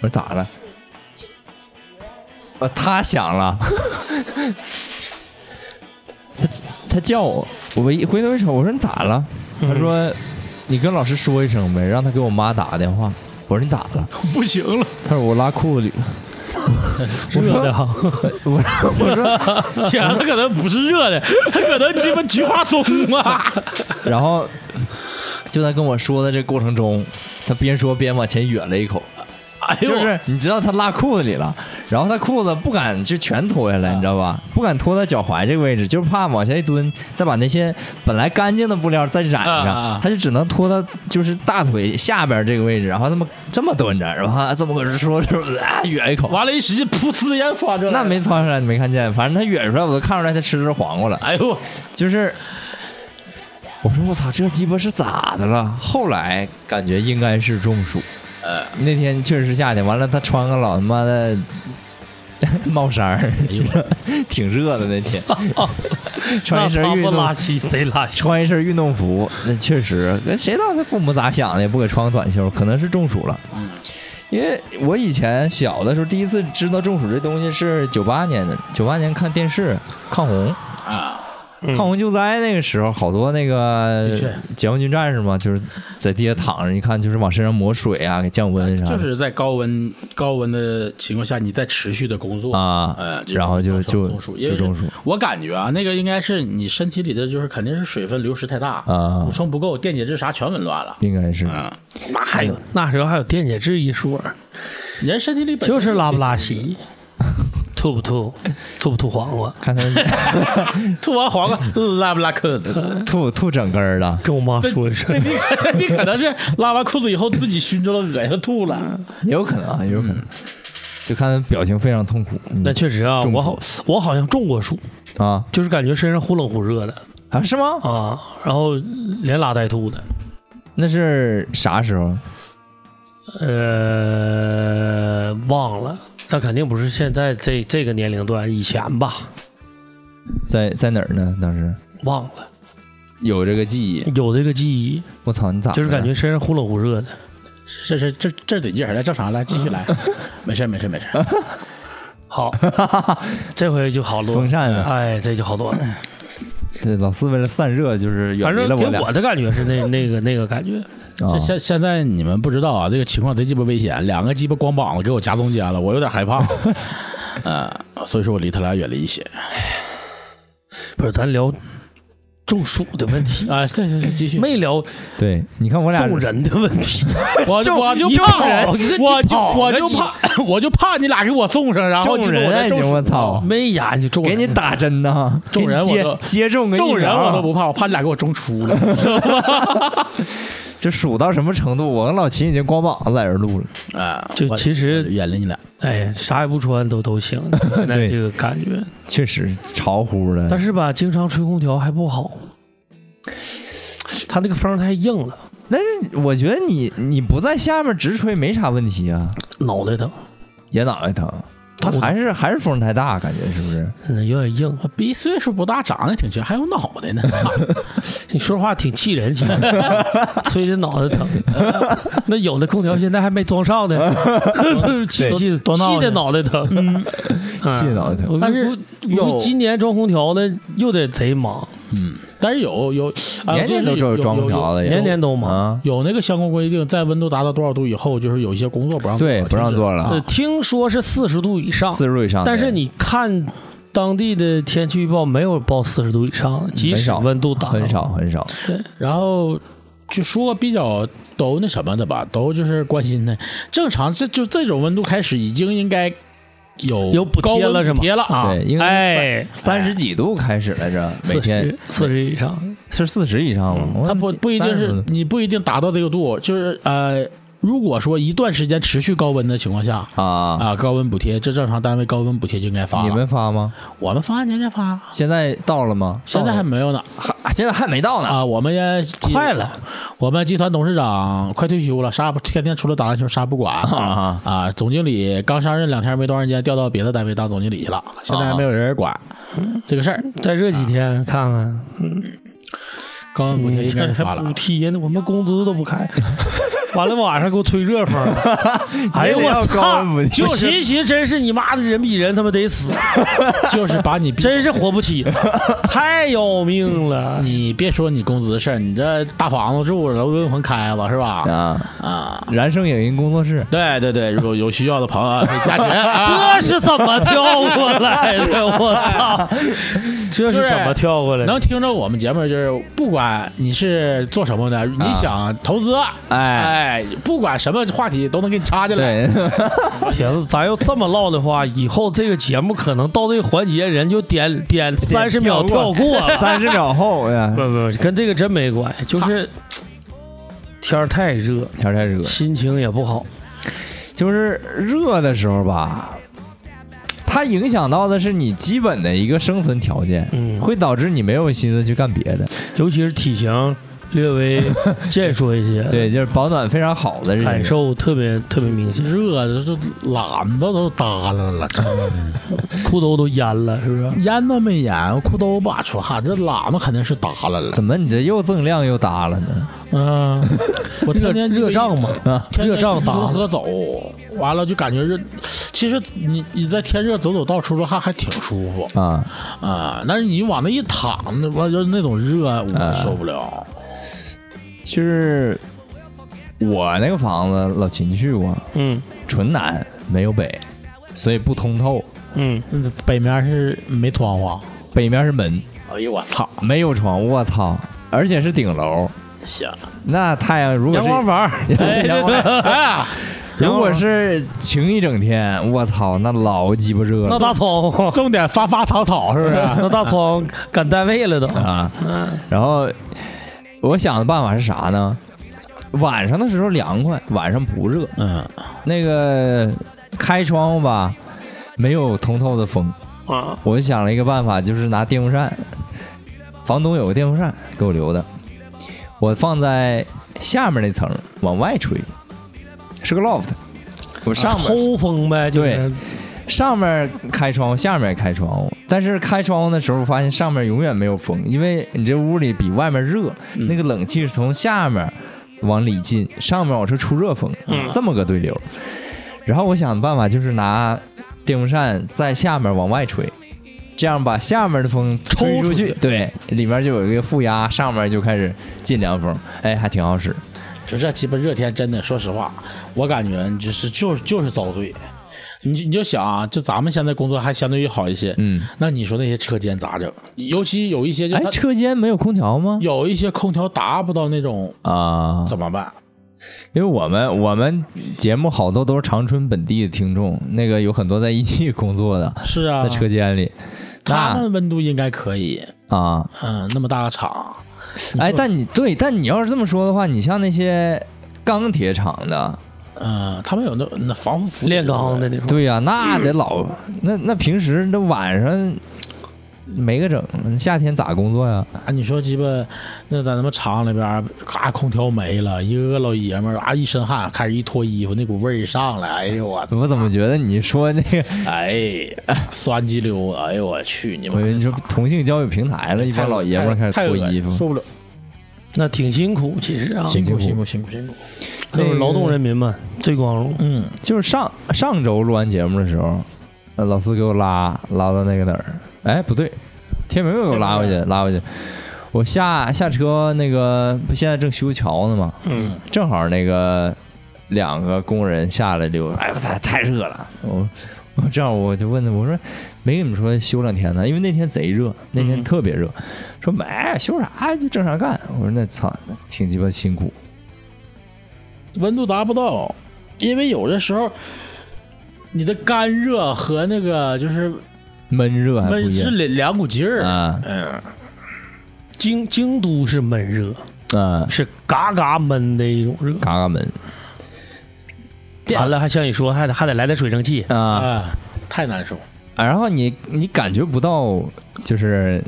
S1: 我说咋了？呃，他想了， 他他叫我，我一回头一瞅，我说你咋了？他说你跟老师说一声呗，让他给我妈打个电话。我说你咋了？
S3: 不行了，
S1: 他说我拉裤子里了。
S2: 热的哈，
S1: 我说我说，
S3: 天啊，他可能不是热的，他可能鸡巴菊花松啊，
S1: 然后就在跟我说的这过程中，他边说边往前哕了一口，
S3: 哎呦，
S1: 就是你知道他拉裤子里了，啊然后他裤子不敢就全脱下来，你知道吧？不敢脱到脚踝这个位置，就怕往下一蹲，再把那些本来干净的布料再染
S3: 啊啊
S1: 上
S3: 啊，
S1: 他就只能脱到就是大腿下边这个位置，然后这么这么蹲着，然后这么搁这说说啊哕一口，
S3: 完了，一使劲，噗呲，烟窜出来，
S1: 那，没穿出来，你没看见，反正他哕出来，我都看出来他吃的是黄瓜了。
S3: 哎呦，
S1: 就是，我说我操，这鸡巴是咋的了？后来感觉应该是中暑。
S3: 呃，
S1: 那天确实是夏天，完了他穿个老他妈的
S2: 哎
S1: 帽衫儿， 挺热的那 天，
S2: 啊
S1: 穿一身
S2: 那他
S1: 运
S2: 不拉
S1: 动。
S2: 稀谁拉稀？
S1: 穿一身运动服，那确实，那谁知道他父母咋想的，也不给穿个短袖，可能是中暑了。因为我以前小的时候，第一次知道中暑这东西是九八年的，九八年看电视抗洪，
S3: 啊，
S2: 嗯
S1: 抗洪救灾那个时候，好多那
S2: 的
S1: 个
S2: 确
S1: 解放军战士嘛，就是在地下躺着，一看就是往身上抹水啊，给降温啥的，
S3: 就是在高温高温的情况下，你在持续的工作
S1: 啊
S3: 呃，这
S1: 然后就
S3: 造成
S1: 就
S3: 中暑，因
S1: 就
S3: 为
S1: 中暑
S3: 我感觉啊，那个应该是你身体里的就是肯定是水分流失太大
S1: 啊
S3: 补充不够，电解质啥全紊乱了。
S1: 应该是
S3: 嗯，
S2: 那还有那时候还有电解质一说，啊
S3: 人身体里本 身
S2: 就是拉不拉 稀，吐不吐，吐不吐黄瓜。
S1: 看他们
S3: 吐完黄瓜拉不拉裤子？
S1: 吐吐整根儿了，
S2: 跟我妈说一声，
S3: 你可你可能是拉完裤子以后自己熏着了，恶心了吐了。
S1: 也有可能啊，也有可能，就看他表情非常痛苦。嗯
S2: 那确实啊，
S1: 中暑
S2: 我好我好像中过暑，
S1: 啊
S2: 就是感觉身上忽冷忽热的
S1: 啊是吗？
S2: 啊，然后连拉带吐的，
S1: 那是啥时候
S2: 呃，忘了但肯定不是现在这这个年龄段，以前吧，
S1: 在在哪儿呢？当时
S2: 忘了
S1: 有这个记忆，
S2: 有这个记忆，
S1: 我操，你咋
S2: 就是
S1: 的
S2: 感觉身上忽冷忽热的。
S3: 这这这这得劲儿，来正常来，继续来，
S1: 嗯
S3: 没事儿没事儿没事儿。
S2: 好，这回就好多了，
S1: 风扇啊
S2: 哎，这就好多了。
S1: 对老四为了散热，就是远
S2: 反
S1: 离
S2: 正
S1: 了
S2: 给
S1: 俩。
S2: 我的感觉是那 那个那个感觉，
S1: 啊
S3: 这现现在你们不知道啊，这个情况贼鸡巴危险，两个鸡巴光膀子给我夹中间了，我有点害怕。 呃，所以说我离他俩远离一些。
S2: 不是咱聊中暑的问 题，
S3: 啊，是是是，继续。
S2: 没聊
S1: 对，你看我俩
S2: 送人的问题。
S3: 我就
S2: 就
S3: 我就
S2: 一跑
S3: 怕，
S2: 你这
S3: 我
S2: 一
S3: 就
S2: 跑
S3: 我
S2: 那
S3: 就
S2: 几
S3: 怕，我就怕你俩给我送上，然后
S1: 众
S3: 结果
S1: 人
S3: 我再
S1: 爱
S3: 中
S1: 情，我
S3: 暑
S1: 操！
S2: 没研究中
S1: 哦给你打针 呢，
S3: 中人我
S1: 给你
S3: 都
S1: 接接种个疫苗
S3: 中人我都不怕，我怕你俩给我中出了。
S1: 就数到什么程度？我跟老秦已经光膀子在这儿录了，
S3: 啊，
S2: 就
S3: 我
S2: 其实
S3: 我就远离你俩。
S2: 哎，啥也不穿都都 行，现在
S1: 对
S2: 这个感觉。
S1: 确实潮乎的。
S2: 但是吧，经常吹空调还不好，它那个风太硬了，
S1: 我觉得你你不在下面直吹没啥问题啊，
S2: 脑袋疼，
S1: 也脑袋疼。他
S2: 我
S1: 还是还是风太大，感觉是不是？
S2: 嗯，有点硬。
S3: 我逼岁数不大，长得挺全，还有脑袋呢。操
S2: 你说话挺气人， 其实吹的脑袋疼。那有的空调现在还没装上 呢，气气
S3: 多闹
S2: 气的
S3: 呢嗯
S2: 脑袋疼，
S1: 气得脑袋疼
S2: 我
S3: 但是
S2: 我
S3: 有
S2: 我今年装空调的又得贼忙，
S3: 嗯，但是有有，啊
S1: 年年
S3: 就
S1: 都
S3: 是
S1: 这有装空调的，也
S2: 年年都忙。
S1: 哎啊，
S3: 有那个相关规定，在温度达到多少度以后，就是有一些工作不让做
S1: 对，不让。做
S2: 呃
S1: 了，
S2: 听说是四十度以上，
S1: 四十度以上的。
S2: 但是你看当地的天气预报没有报四十度以上，即使
S1: 少
S2: 温度达到
S1: 嗯很少很少，
S3: 然后就说比较都那什么的吧，都就是关心的。正常这就这种温度开始已经应该有
S2: 有补
S3: 高
S2: 贴
S3: 温
S2: 了是吗？
S3: 补贴了啊，
S1: 对，应该
S2: 哎，
S1: 三十几度开始来着，每
S2: 四
S1: 天
S2: 十四十以上，
S1: 是四十以上吗？我
S3: 它不不一定
S1: 30
S3: 是
S1: 度
S3: 你不一定达到这个度，就是呃，如果说一段时间持续高温的情况下。
S1: 啊。
S3: 啊，高温补贴，这正常单位高温补贴就应该发了。
S1: 你们发吗？
S3: 我们发年年发，
S1: 现在到了吗？
S3: 现在还没有呢。
S1: 还现在还没到呢。
S3: 啊，我们也
S2: 快了，
S3: 我们集团董事长快退休了，啥也不天天除了打篮球啥也不管
S1: 啊
S3: 啊。总经理刚上任两天没多长时间，调到别的单位当总经理
S2: 啊
S3: 去了，现在还没有人管这个事儿。
S2: 在这几天看看，
S1: 嗯
S2: 嗯
S3: 高温补贴应该是发
S2: 还补
S1: 啊
S3: 了，
S2: 贴呢，我们工资都不开。 完了，晚上给我吹热风， 哎呀，
S1: 你也要
S2: 我
S1: 高
S2: 操
S1: 温补！贴
S2: 我寻寻，真是你妈的人比人他妈得死，
S3: 就是把你 逼。
S2: 真是活不 起了，太要命了。
S3: 你别说你工资的事儿，你这大房子住着，楼温棚开了是吧？
S1: 啊！
S3: 啊，
S1: 燃声影音工作室，
S3: 对对对，有有需要的朋友啊可以加 群啊。
S2: 这是怎么跳过来的？我操！这是怎么跳过来的？
S3: 能听着我们节目，就是不管你是做什么的，
S2: 啊
S3: 你想投资，
S1: 哎
S3: 哎，不管什么话题都能给你插进来。
S1: 对，
S2: 铁 子，咱要这么唠的话，以后这个节目可能到这个环节，人就点点三十秒跳过 了。
S1: 三十秒后哎呀
S2: 不，不，不跟这个真没关系，就是天儿太热，
S1: 天太热，
S2: 心情也不好。
S1: 就是热的时候吧，它影响到的是你基本的一个生存条件，
S2: 嗯，
S1: 会导致你没有心思去干别的。
S2: 尤其是体型略 微健硕一些，，
S1: 对，就是保暖非常好的这
S2: 感
S1: 种。
S2: 受特别特别明显，
S3: 热的这懒子都耷拉了，真
S2: 嗯裤兜都淹了，是不是？
S3: 烟都没烟，裤兜不出汗，这懒子肯定是耷拉了。
S1: 怎么你这又锃亮又耷拉呢？
S2: 嗯、
S3: 我
S2: 热
S3: 天天
S2: 热胀嘛，
S1: 啊，
S3: 天天
S2: 热胀
S3: 如
S2: 打
S3: 何走？完了就感觉热，其实你你在天热走走道出出汗还挺舒服
S1: 啊，
S3: 啊、但是你往那一躺，那完就那种热，
S2: 啊
S3: 我受不了。
S1: 就是我那个房子，老秦去过，
S2: 嗯
S1: 纯南没有北，所以不通透，
S2: 嗯，
S3: 嗯北面是没窗户。啊
S1: 北面是门，
S3: 哎呦我操！
S1: 没有窗，我操，而且是顶楼。
S3: 行，
S1: 那太阳如果
S2: 阳
S1: 是
S2: 光房，
S1: 阳光
S3: 哎，
S1: 如果是晴一整天，我操，那老鸡巴热
S2: 那
S1: 了
S2: 大葱，
S3: 重点发发草草是不是？
S2: 那大葱赶单位了都，
S1: 啊！
S2: 嗯，
S1: 然后我想的办法是啥呢？晚上的时候凉快，晚上不热。
S3: 嗯，
S1: 那个开窗户吧，没有通透的风。
S2: 啊，
S1: 我就想了一个办法，就是拿电风扇，房东有个电风扇给我留的，我放在下面那层往外吹，是个 loft。我上面
S2: 啊抽风呗，就是
S1: 对上面开窗户，下面开窗户，但是开窗户的时候发现上面永远没有风，因为你这屋里比外面热，
S2: 嗯
S1: 那个冷气是从下面往里进，上面我是出热风，这么个对流。然后我想的办法就是拿电风扇在下面往外吹。这样把下面的风吹
S2: 抽
S1: 出
S2: 出
S1: 去
S2: 去，
S1: 对，里面就有一个负压，上面就开始进凉风，哎，还挺好使。
S3: 就这鸡巴热天，真的，说实话，我感觉你就是就是就是遭罪。你就你就想啊，就咱们现在工作还相对于好一些，
S1: 嗯，
S3: 那你说那些车间咋整？尤其有一些就
S1: 哎
S3: 它，
S1: 车间没有空调吗？
S3: 有一些空调达不到那种
S1: 啊，
S3: 怎么办？
S1: 因为我们我们节目好多都是长春本地的听众，那个有很多在一汽工作的，
S3: 是啊，
S1: 在车间里，
S3: 他们温度应该可以，
S1: 那啊，
S3: 嗯，那么大个厂，
S1: 哎，但你对，但你要是这么说的话，你像那些钢铁厂的，
S3: 嗯，他们有那那防护服
S2: 炼钢的那种，
S1: 对呀、那得老那那平时那晚上没个整，夏天咋工作呀？
S3: 啊，你说鸡巴，那在他妈厂里边儿，咔、空调没了，一个个老爷们儿啊一身汗，开始一脱衣服，那股味儿一上来，哎呦我，
S1: 我怎么觉得你说那个，
S3: 哎，酸鸡溜，哎呦我去，你
S1: 我以为
S3: 们
S1: 你说同性交友平台了，一
S3: 太
S1: 帮老爷们儿开始
S3: 太
S1: 脱
S3: 恶
S1: 衣
S3: 心
S1: 服，
S3: 受不了，
S2: 那挺辛苦，其实啊，
S1: 辛
S3: 辛
S1: 苦
S3: 苦辛苦辛苦辛苦，
S1: 那
S2: 就是劳动
S1: 个
S2: 人民嘛，最光荣。
S3: 嗯，
S1: 就是上上周录完节目的时候，呃老四给我拉拉到那个哪儿？哎，不对，天明又给我拉回去，拉回去。我下下车，那个不现在正修桥呢吗？
S2: 嗯，
S1: 正好那个两个工人下来溜，哎呦，太太热了。我我这样我就问他，我说没跟你们说休两天呢，因为那天贼热，那天
S2: 嗯
S1: 特别热。说没休啥，就正常干。我说那操，挺鸡巴辛苦。
S3: 温度达不到，因为有的时候。你的干热和那个就是
S1: 闷热哎还不
S3: 闷
S1: 一
S3: 是
S1: 样
S3: 两两股劲儿，
S1: 啊
S3: 嗯，
S2: 京京都是闷热，
S1: 啊，
S2: 是嘎嘎闷的一种热。
S1: 嘎嘎闷
S2: 完了，还像你说，还得还得来点水蒸气，
S1: 啊。
S3: 啊，太难受。
S1: 啊然后你你感觉不到，就是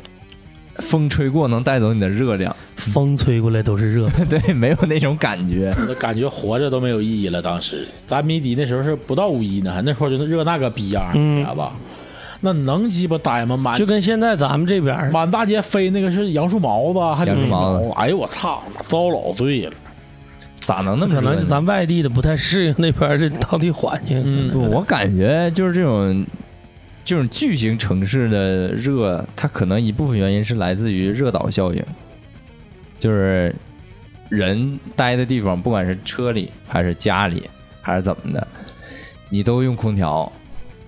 S1: 风吹过能带走你的热量，
S2: 风吹过来都是热的。
S1: 对，没有那种感觉。
S3: 我感觉活着都没有意义了。当时咱迷笛那时候是不到五一呢，那会儿就热那个逼样儿，
S2: 嗯
S3: 你知道吧？那能鸡巴呆吗？满
S2: 就跟现在咱们这边
S1: 嗯
S2: 儿，
S3: 满大街飞那个是杨树毛子，还
S1: 杨树
S3: 柳
S1: 毛子
S3: 子，哎呦我操，遭老罪了。
S1: 咋能那么热
S2: 可能
S1: 呢
S2: 咱外地的不太适应那边儿的当地环境。
S3: 嗯
S1: 不，我感觉就是这种这种巨型城市的热，它可能一部分原因是来自于热岛效应，就是人待的地方，不管是车里还是家里还是怎么的，你都用空调，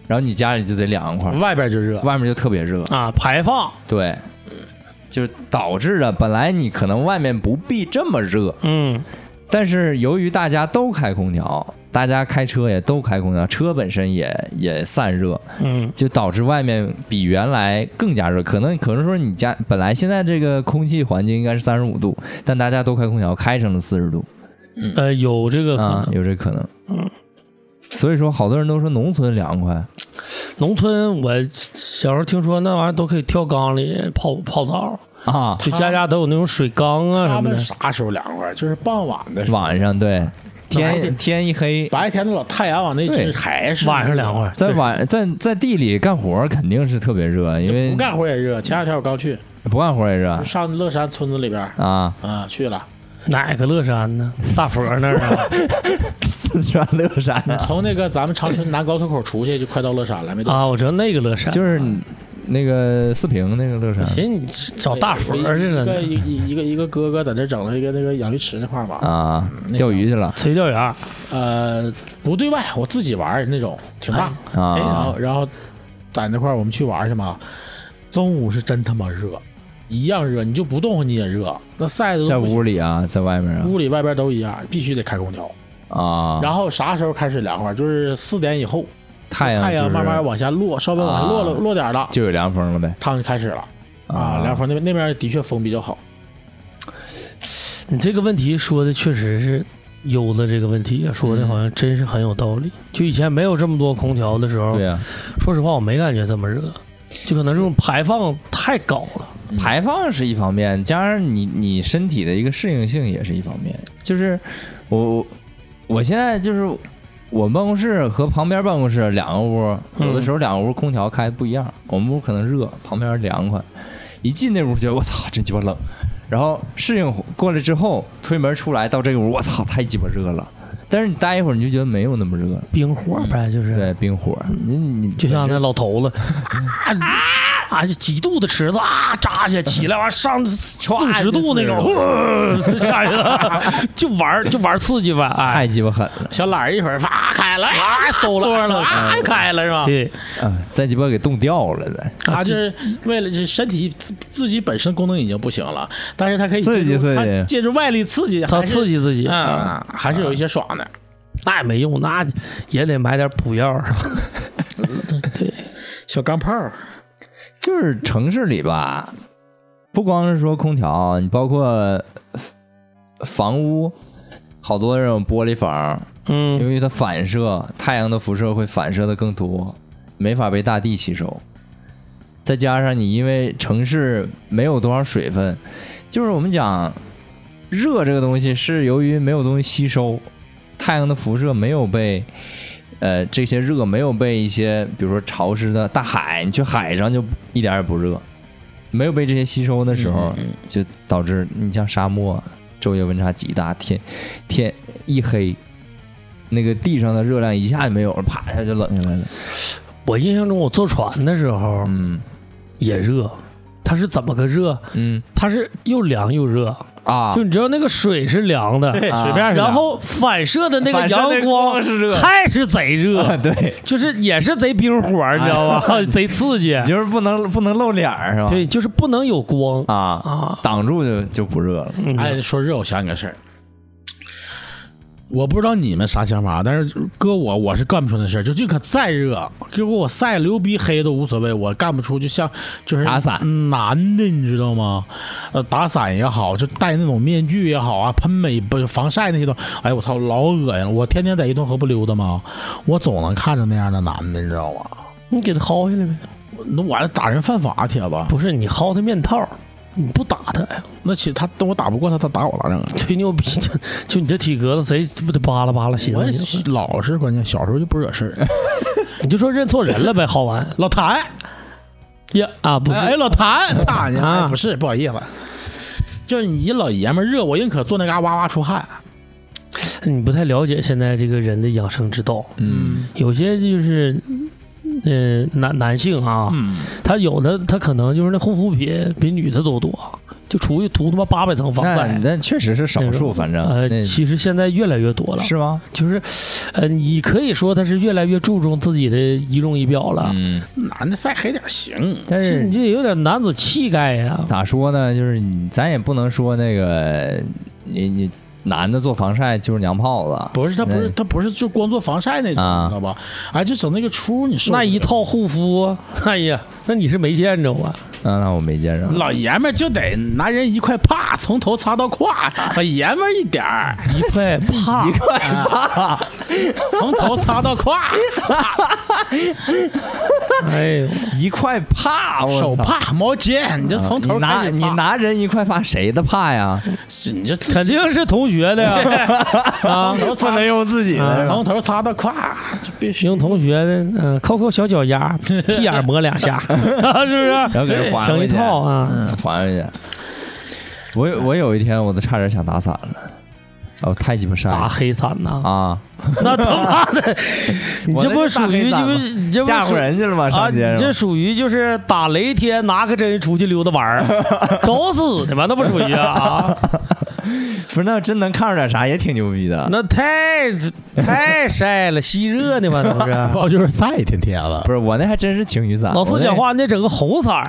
S1: 然后你家里就得凉快，
S3: 外边就热，
S1: 嗯外面就特别热。
S2: 啊，排放，
S1: 对，就是导致了本来你可能外面不必这么热，
S2: 嗯，
S1: 但是由于大家都开空调，大家开车也都开空调，车本身也也散热，
S2: 嗯，
S1: 就导致外面比原来更加热。可能可能说你家本来现在这个空气环境应该是三十五度，但大家都开空调，开成了四十度
S2: 呃，有这个
S1: 嗯
S2: 可
S1: 啊、
S2: 能。
S1: 有这可能。
S2: 嗯，
S1: 所以说好多人都说农村凉快，
S2: 农村我小时候听说那玩意儿都可以跳缸里泡泡澡，
S1: 啊，
S2: 就家家都有那种水缸啊
S3: 他
S2: 什么
S3: 们
S2: 的。
S3: 啥时候凉快？就是傍晚的时候，
S1: 晚上对天天一黑，
S3: 白天的老太阳往那
S1: 对
S3: 直还是
S2: 晚上凉快，
S1: 在晚在在地里干活儿肯定是特别热，因为
S3: 不干活也热。前两天我刚去，
S1: 不干活儿也热
S3: 就上乐山村子里边儿
S1: 啊。
S3: 啊去了，
S2: 哪个乐山呢？大佛那 儿啊，
S1: 四川乐山啊，
S3: 从那个咱们长春南高速口出去就快到乐山了，没多
S2: 啊，我知道那个乐山， 啊
S1: 就是嗯你那个四平那个乐山
S2: 寻思你
S1: 哦
S2: 找大佛去了呢，
S3: 一个一一个一个哥哥在这整了一个那个养鱼池那块儿吧，
S1: 啊，
S3: 个
S1: 钓鱼去了
S2: 垂钓园儿，
S3: 呃，不对外，我自己玩儿那种，挺大。哎然
S1: 啊
S3: 后然后在那块儿我们去玩儿去嘛，中午是真他妈热，一样热，你就不动你也热，那晒的
S1: 在
S3: 都不行
S1: 屋里啊，在外面
S3: 屋里外边都一样，必须得开空调。
S1: 啊啊，
S3: 然后啥时候开始凉快？就是四点以后，
S1: 太阳
S3: 太
S1: 就是
S3: 慢慢往下落，稍微往下落了、
S1: 啊
S3: 落点儿了，
S1: 就有凉风了呗
S3: 他们就开始了啊，凉风那边那边的确风比较好。
S2: 你这个问题说的确实是有的，这个问题啊说
S1: 嗯
S2: 的好像真是很有道理。就以前没有这么多空调的时
S3: 哦
S2: 候
S1: 对，啊呀，
S2: 说实话我没感觉这么热，就可能这种排放太高了。
S3: 嗯
S1: 排放是一方面，加上你你身体的一个适应性也是一方面。就是我我现在就是我们办公室和旁边办公室两个屋，
S2: 嗯
S1: 有的时候两个屋空调开的不一样，我们屋可能热，旁边凉快。一进那屋觉得我操， 真鸡巴冷。然后适应过来之后，推门出来到这个屋，我操，太鸡巴热了。但是你待一会儿，你就觉得没有那么热了。
S2: 冰火呗，就是
S1: 对，冰火，你你
S2: 就像那老头 子，啊啊，就几度的池子啊扎下，起来完 上四十度那种， 呃下去了， 就玩儿就玩儿刺激吧，哎，
S1: 太鸡巴狠 了
S3: 小懒儿一会儿啪开了，啊收
S2: 缩
S3: 了，
S2: 了
S3: 啊开了是吧？
S2: 对，
S1: 啊！再鸡巴给冻掉了，再
S3: 他啊就是为了就是身体自自己本身功能已经不行了，但是他可以
S1: 刺激
S3: 借助
S1: 刺激
S3: 他借助外力刺激，
S2: 他
S3: 还是
S2: 刺激自己，啊
S3: 嗯，还是有一些爽的。
S2: 那也没用，那也得买点补药是吧？对，
S3: 小钢炮，
S1: 就是城市里吧，不光是说空调，你包括呃房屋，好多这种玻璃房，
S2: 嗯
S1: 由于它反射太阳的辐射会反射的更多，没法被大地吸收。再加上你因为城市没有多少水分，就是我们讲热这个东西是由于没有东西吸收，太阳的辐射没有被呃这些热没有被一些比如说潮湿的大海，你去海上就一点儿也不热，没有被这些吸收的时候，就导致你像沙漠昼夜温差极大，天天一黑，那个地上的热量一下就没有了，啪一下就冷下来了。
S2: 我印象中我坐船的时候
S1: 嗯
S2: 也热，它是怎么个热？
S1: 嗯
S2: 它是又凉又热，
S1: 啊，
S2: 就你知道那个水是凉的，
S3: 对，
S1: 啊
S3: 随便是吧。
S2: 然后反射的那个
S1: 反射那
S2: 阳光
S1: 是热，啊
S2: 还是贼热，
S1: 对，
S2: 就是也是贼冰火，你知道吧？ 贼刺激。
S1: 就是不能不能露脸儿是吧？
S2: 对，就是不能有光
S1: 啊，
S2: 啊。
S1: 挡住就就不热了。
S2: 嗯
S3: 哎，说热，我想起个事儿。我不知道你们啥想法，但是搁我我是干不出那事儿，就这可再热，就给我晒流鼻黑都无所谓，我干不出。就像就是嗯
S1: 打伞
S3: 男的你知道吗？呃，打伞也好，就戴那种面具也好啊，喷美不是防晒那些都，哎呦我操，老恶心了！我天天在一顿河不溜达吗？我总能看着那样的男的，你知道吗？
S2: 你给它薅下来呗。
S3: 那我还打人犯法，铁子，
S2: 不是你薅他面套，你不打他，哎
S3: 那其他我打不过他，他打我咋整啊？
S2: 吹牛逼！就就你这体格子，贼不得扒拉扒拉心
S3: 我也
S2: 思？
S3: 老实，关键小时候就不惹事儿。
S2: 你就说认错人了呗，薅完
S3: 老谭，
S2: 呀啊，不
S3: 哎，
S2: 是
S3: 老谭，大你
S2: 啊
S3: 哎不是，不好意思，就是你一老爷们儿热，我宁可坐那嘎哇哇出汗。
S2: 你不太了解现在这个人的养生之道，
S1: 嗯
S2: 有些就是。呃，男男性啊，
S3: 嗯，
S2: 他有的他可能就是那护肤品比女的都多，就出去涂他妈八百层防
S1: 那
S2: 晒。
S1: 那确实是少数，反正
S2: 呃，
S1: 那
S2: 其实现在越来越多了，
S1: 是吗？
S2: 就是，呃，你可以说他是越来越注重自己的仪容仪表了，
S1: 嗯，
S3: 男的晒黑点儿行，
S1: 但
S2: 是
S1: 是
S2: 你这有点男子气概啊呀、
S1: 咋说呢？就是你咱也不能说那个你你男的做防晒就是娘炮子，
S3: 不是他不是
S1: 嗯
S3: 他不是就光做防晒那种，
S1: 啊
S3: 你知道吧？哎，就整那个出，你说
S2: 那一套护肤， 哎呀，那你是没见着啊？
S1: 那那我没见着。
S3: 老爷们儿就得男人一块帕，从头擦到胯，老爷们儿一点儿，
S2: 一块怕
S1: 一块八，
S3: 从头擦到胯，
S2: 哎 呦，
S1: 一块怕，我操
S3: 手帕、毛巾，你就从头
S1: 你拿
S3: 开始
S1: 你
S3: 擦
S1: 拿人一块怕，谁的怕呀？
S3: 你这
S2: 肯定是同学 的呀，啊，
S1: 不能用自己
S2: 的是吧
S3: 从头擦到胯，这必 须
S2: 用同学的，嗯、抠抠小脚 丫，屁眼磨两 下，是不
S1: 然后给
S2: 是？
S1: 人还
S2: 整一
S1: 回去
S2: 套啊，
S1: 嗯还回去。我有我有一天我都差点想打伞了，哦，太鸡巴晒
S2: 打
S1: 了
S2: 黑伞呐、
S1: 啊！
S2: 那他妈 的，你这不属于
S1: 我
S2: 就
S1: 那
S2: 是你这不
S1: 吓唬
S2: 属
S1: 人去了吗？
S2: 啊，
S1: 上
S2: 你
S1: 街
S2: 这
S1: 上
S2: 属于就是打雷天拿个针出去溜达玩儿，搞死的吧？那不属于啊，
S1: 不是那真能看出点啥，也挺牛逼的。
S2: 那太太晒了，吸热的嘛，那不是？
S3: 不就是晒天天了？
S1: 不是我那还真是晴雨伞。
S2: 老
S1: 我
S2: 四
S1: 那
S2: 讲话，你得整个红色儿，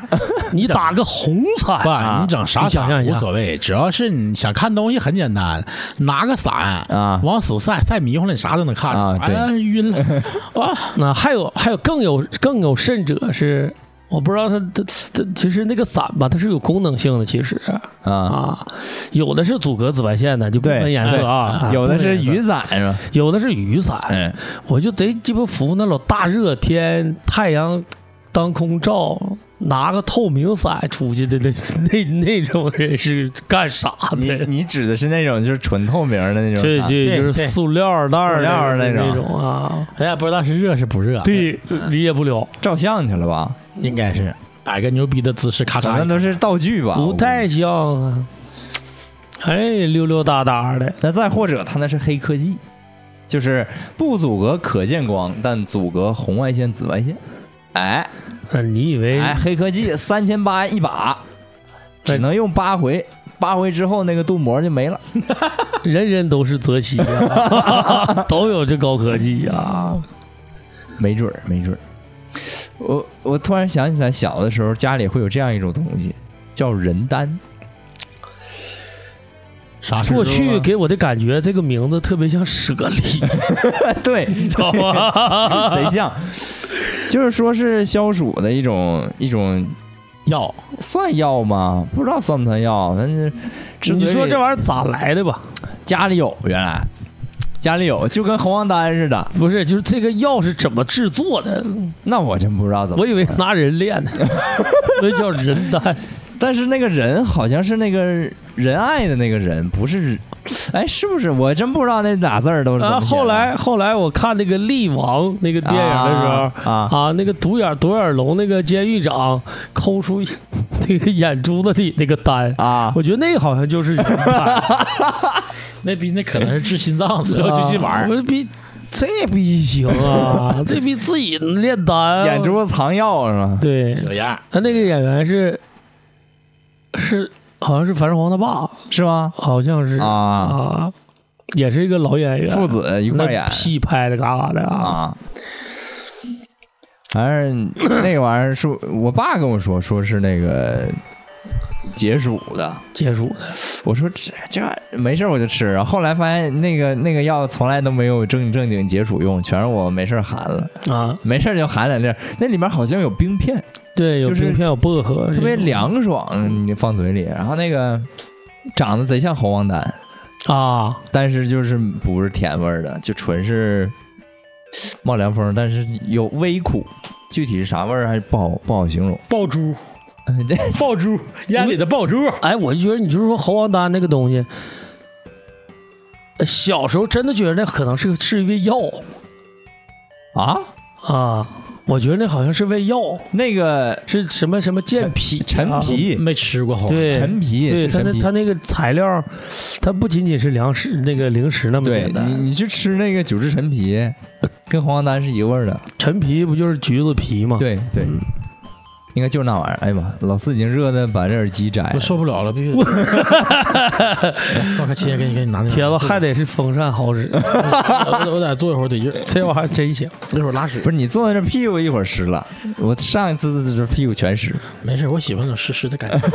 S2: 你打个红色
S3: 不，
S2: 儿，
S1: 啊
S3: 你整啥
S2: 你想
S3: 伞
S2: 象一
S3: 无
S2: 下
S3: 所谓，只要是你想看东西很简单，拿个伞
S1: 啊
S3: 往死晒，晒迷糊了你啥都能看
S1: 啊
S3: 着。哎
S1: 对
S3: 呀，晕了啊！
S2: 那还有还有更有更有甚者是。我不知道它它它其实那个伞吧，它是有功能性的，其实
S1: 啊，
S2: 啊，有的是阻隔紫外线的，就不
S1: 对哎
S2: 分颜色啊，
S1: 有的
S2: 不分
S1: 是
S2: 颜色
S1: 雨，伞是吧？
S2: 有的是雨伞，
S1: 嗯，
S2: 我就贼鸡巴服那老大热天，太阳当空照，拿个透明伞出去的那那那种人是干啥
S1: 你
S2: 的？
S1: 你指的是那种就是纯透明的那种啊
S2: 这
S1: 伞，
S2: 这就是
S3: 对对
S2: 塑料袋儿
S1: 塑料儿那种
S2: 那种啊，
S3: 咱也不知道是热是不热，，
S2: 对，理解不了。
S1: 照相去了吧？
S3: 应该是摆个牛逼的姿势，咔
S1: 咱
S3: 嚓
S1: 们
S3: 一下。
S1: 都是道具吧？
S2: 不太像啊。哎，溜溜达达的，
S1: 那再或者它那是黑科技，就是不阻隔可见光，但阻隔红外线、紫外线。哎
S2: 呃你以为
S1: 哎，黑科技三千八一把，
S2: 对
S1: 只能用八回，八回之后那个镀膜就没了。
S2: 人人都是泽西啊， 都有这高科技啊？
S1: 没准儿，没准儿。我我突然想起来，小的时候家里会有这样一种东西，叫人丹。
S3: 啥事儿
S2: 过
S3: 都有啊？
S2: 去给我的感觉，这个名字特别像舍利，
S1: 哎对，
S2: 你知道 吗？
S1: 贼像，就是说是消暑的一种一种，
S3: 药
S1: 算药吗？不知道算不算药，反正就是
S2: 你说这
S1: 意
S2: 玩意儿咋来的吧？
S1: 儿家里有原来。家里有，就跟红黄丹似的。
S2: 不是，就是这个药是怎么制作的？
S1: 那我真不知道怎么
S2: 我，以为拿人炼的，所以叫人丹。
S1: 但是那个人好像是那个仁爱的那个人，不是？哎，是不是？我真不知道那俩字儿都是怎
S2: 然
S1: 么
S2: 后
S1: 写的。
S2: 啊后来后来我看那个《力王》那个电影的时候，
S1: 啊啊
S2: 啊，那个独眼独眼龙那个监狱长抠出那个眼珠子里那个丹，
S1: 啊，
S2: 我觉得那个好像就是人丹，
S3: 那逼那可能是治心脏，所以就去
S2: 啊
S3: 玩儿。
S2: 我比这逼行 啊，这逼自己炼丹，啊
S1: 眼珠子藏药是吗？
S2: 对，
S3: 有样儿，
S2: 他那个演员是是好像是樊少皇他爸，
S1: 是吗？
S2: 好像是
S1: 啊，
S2: 啊也是一个老演员，
S1: 父子一块
S2: 那
S1: 儿演
S2: 屁拍的嘎嘎的啊，
S1: 啊。反正那个玩意儿是我爸跟我说，说是那个解暑的。
S2: 解暑的
S1: 我说这这没事儿我就吃，然后后来发现那个那个药从来都没有正正经解暑用，全是我没事儿含了，
S2: 啊，
S1: 没事儿就含两粒儿。那里面好像有冰片，
S2: 对，有
S1: 就是
S2: 冰片有薄荷，
S1: 特别
S2: 这种
S1: 凉爽，你放嘴里。然后那个长得贼像猴王丹，
S2: 啊，
S1: 但是就是不是甜味儿的，就纯是冒凉风，但是有微苦，具体是啥味儿还不好不好形容。
S3: 爆珠，
S1: 这
S3: 爆珠，烟里的爆珠。
S2: 哎，我就觉得你就是说猴王丹那个东西，呃小时候真的觉得那可能是个是一味药
S1: 啊，
S2: 啊，我觉得那好像是味药，
S1: 那个
S2: 是什么什么健脾啊、
S1: 陈皮，
S3: 没吃过，好像
S2: 对
S1: 陈皮
S2: 对
S1: 是
S2: 它
S1: 陈
S2: 那
S1: 皮
S2: 它。那个材料，它不仅仅是粮食那个零食那么
S1: 对
S2: 简
S1: 你，
S2: 单。
S1: 你去吃那个九制陈皮，跟黄丹是一个味儿的。
S2: 陈皮不就是橘子皮吗？
S1: 对对
S2: 嗯，
S1: 应该就是那玩意儿。哎呀妈，老四已经热的把这耳机摘
S3: 我
S1: 了。
S3: 受不了了，必须。我可切，给你给你拿那个。
S2: 铁子还得是风扇 好使，
S3: 我我得坐一会儿得劲儿，
S2: 这玩意儿真行。
S3: 一会儿拉屎
S1: 不。是你坐在这屁股一会儿湿了，我上一次这屁股全湿。
S3: 没事，我喜欢那种湿湿的感觉。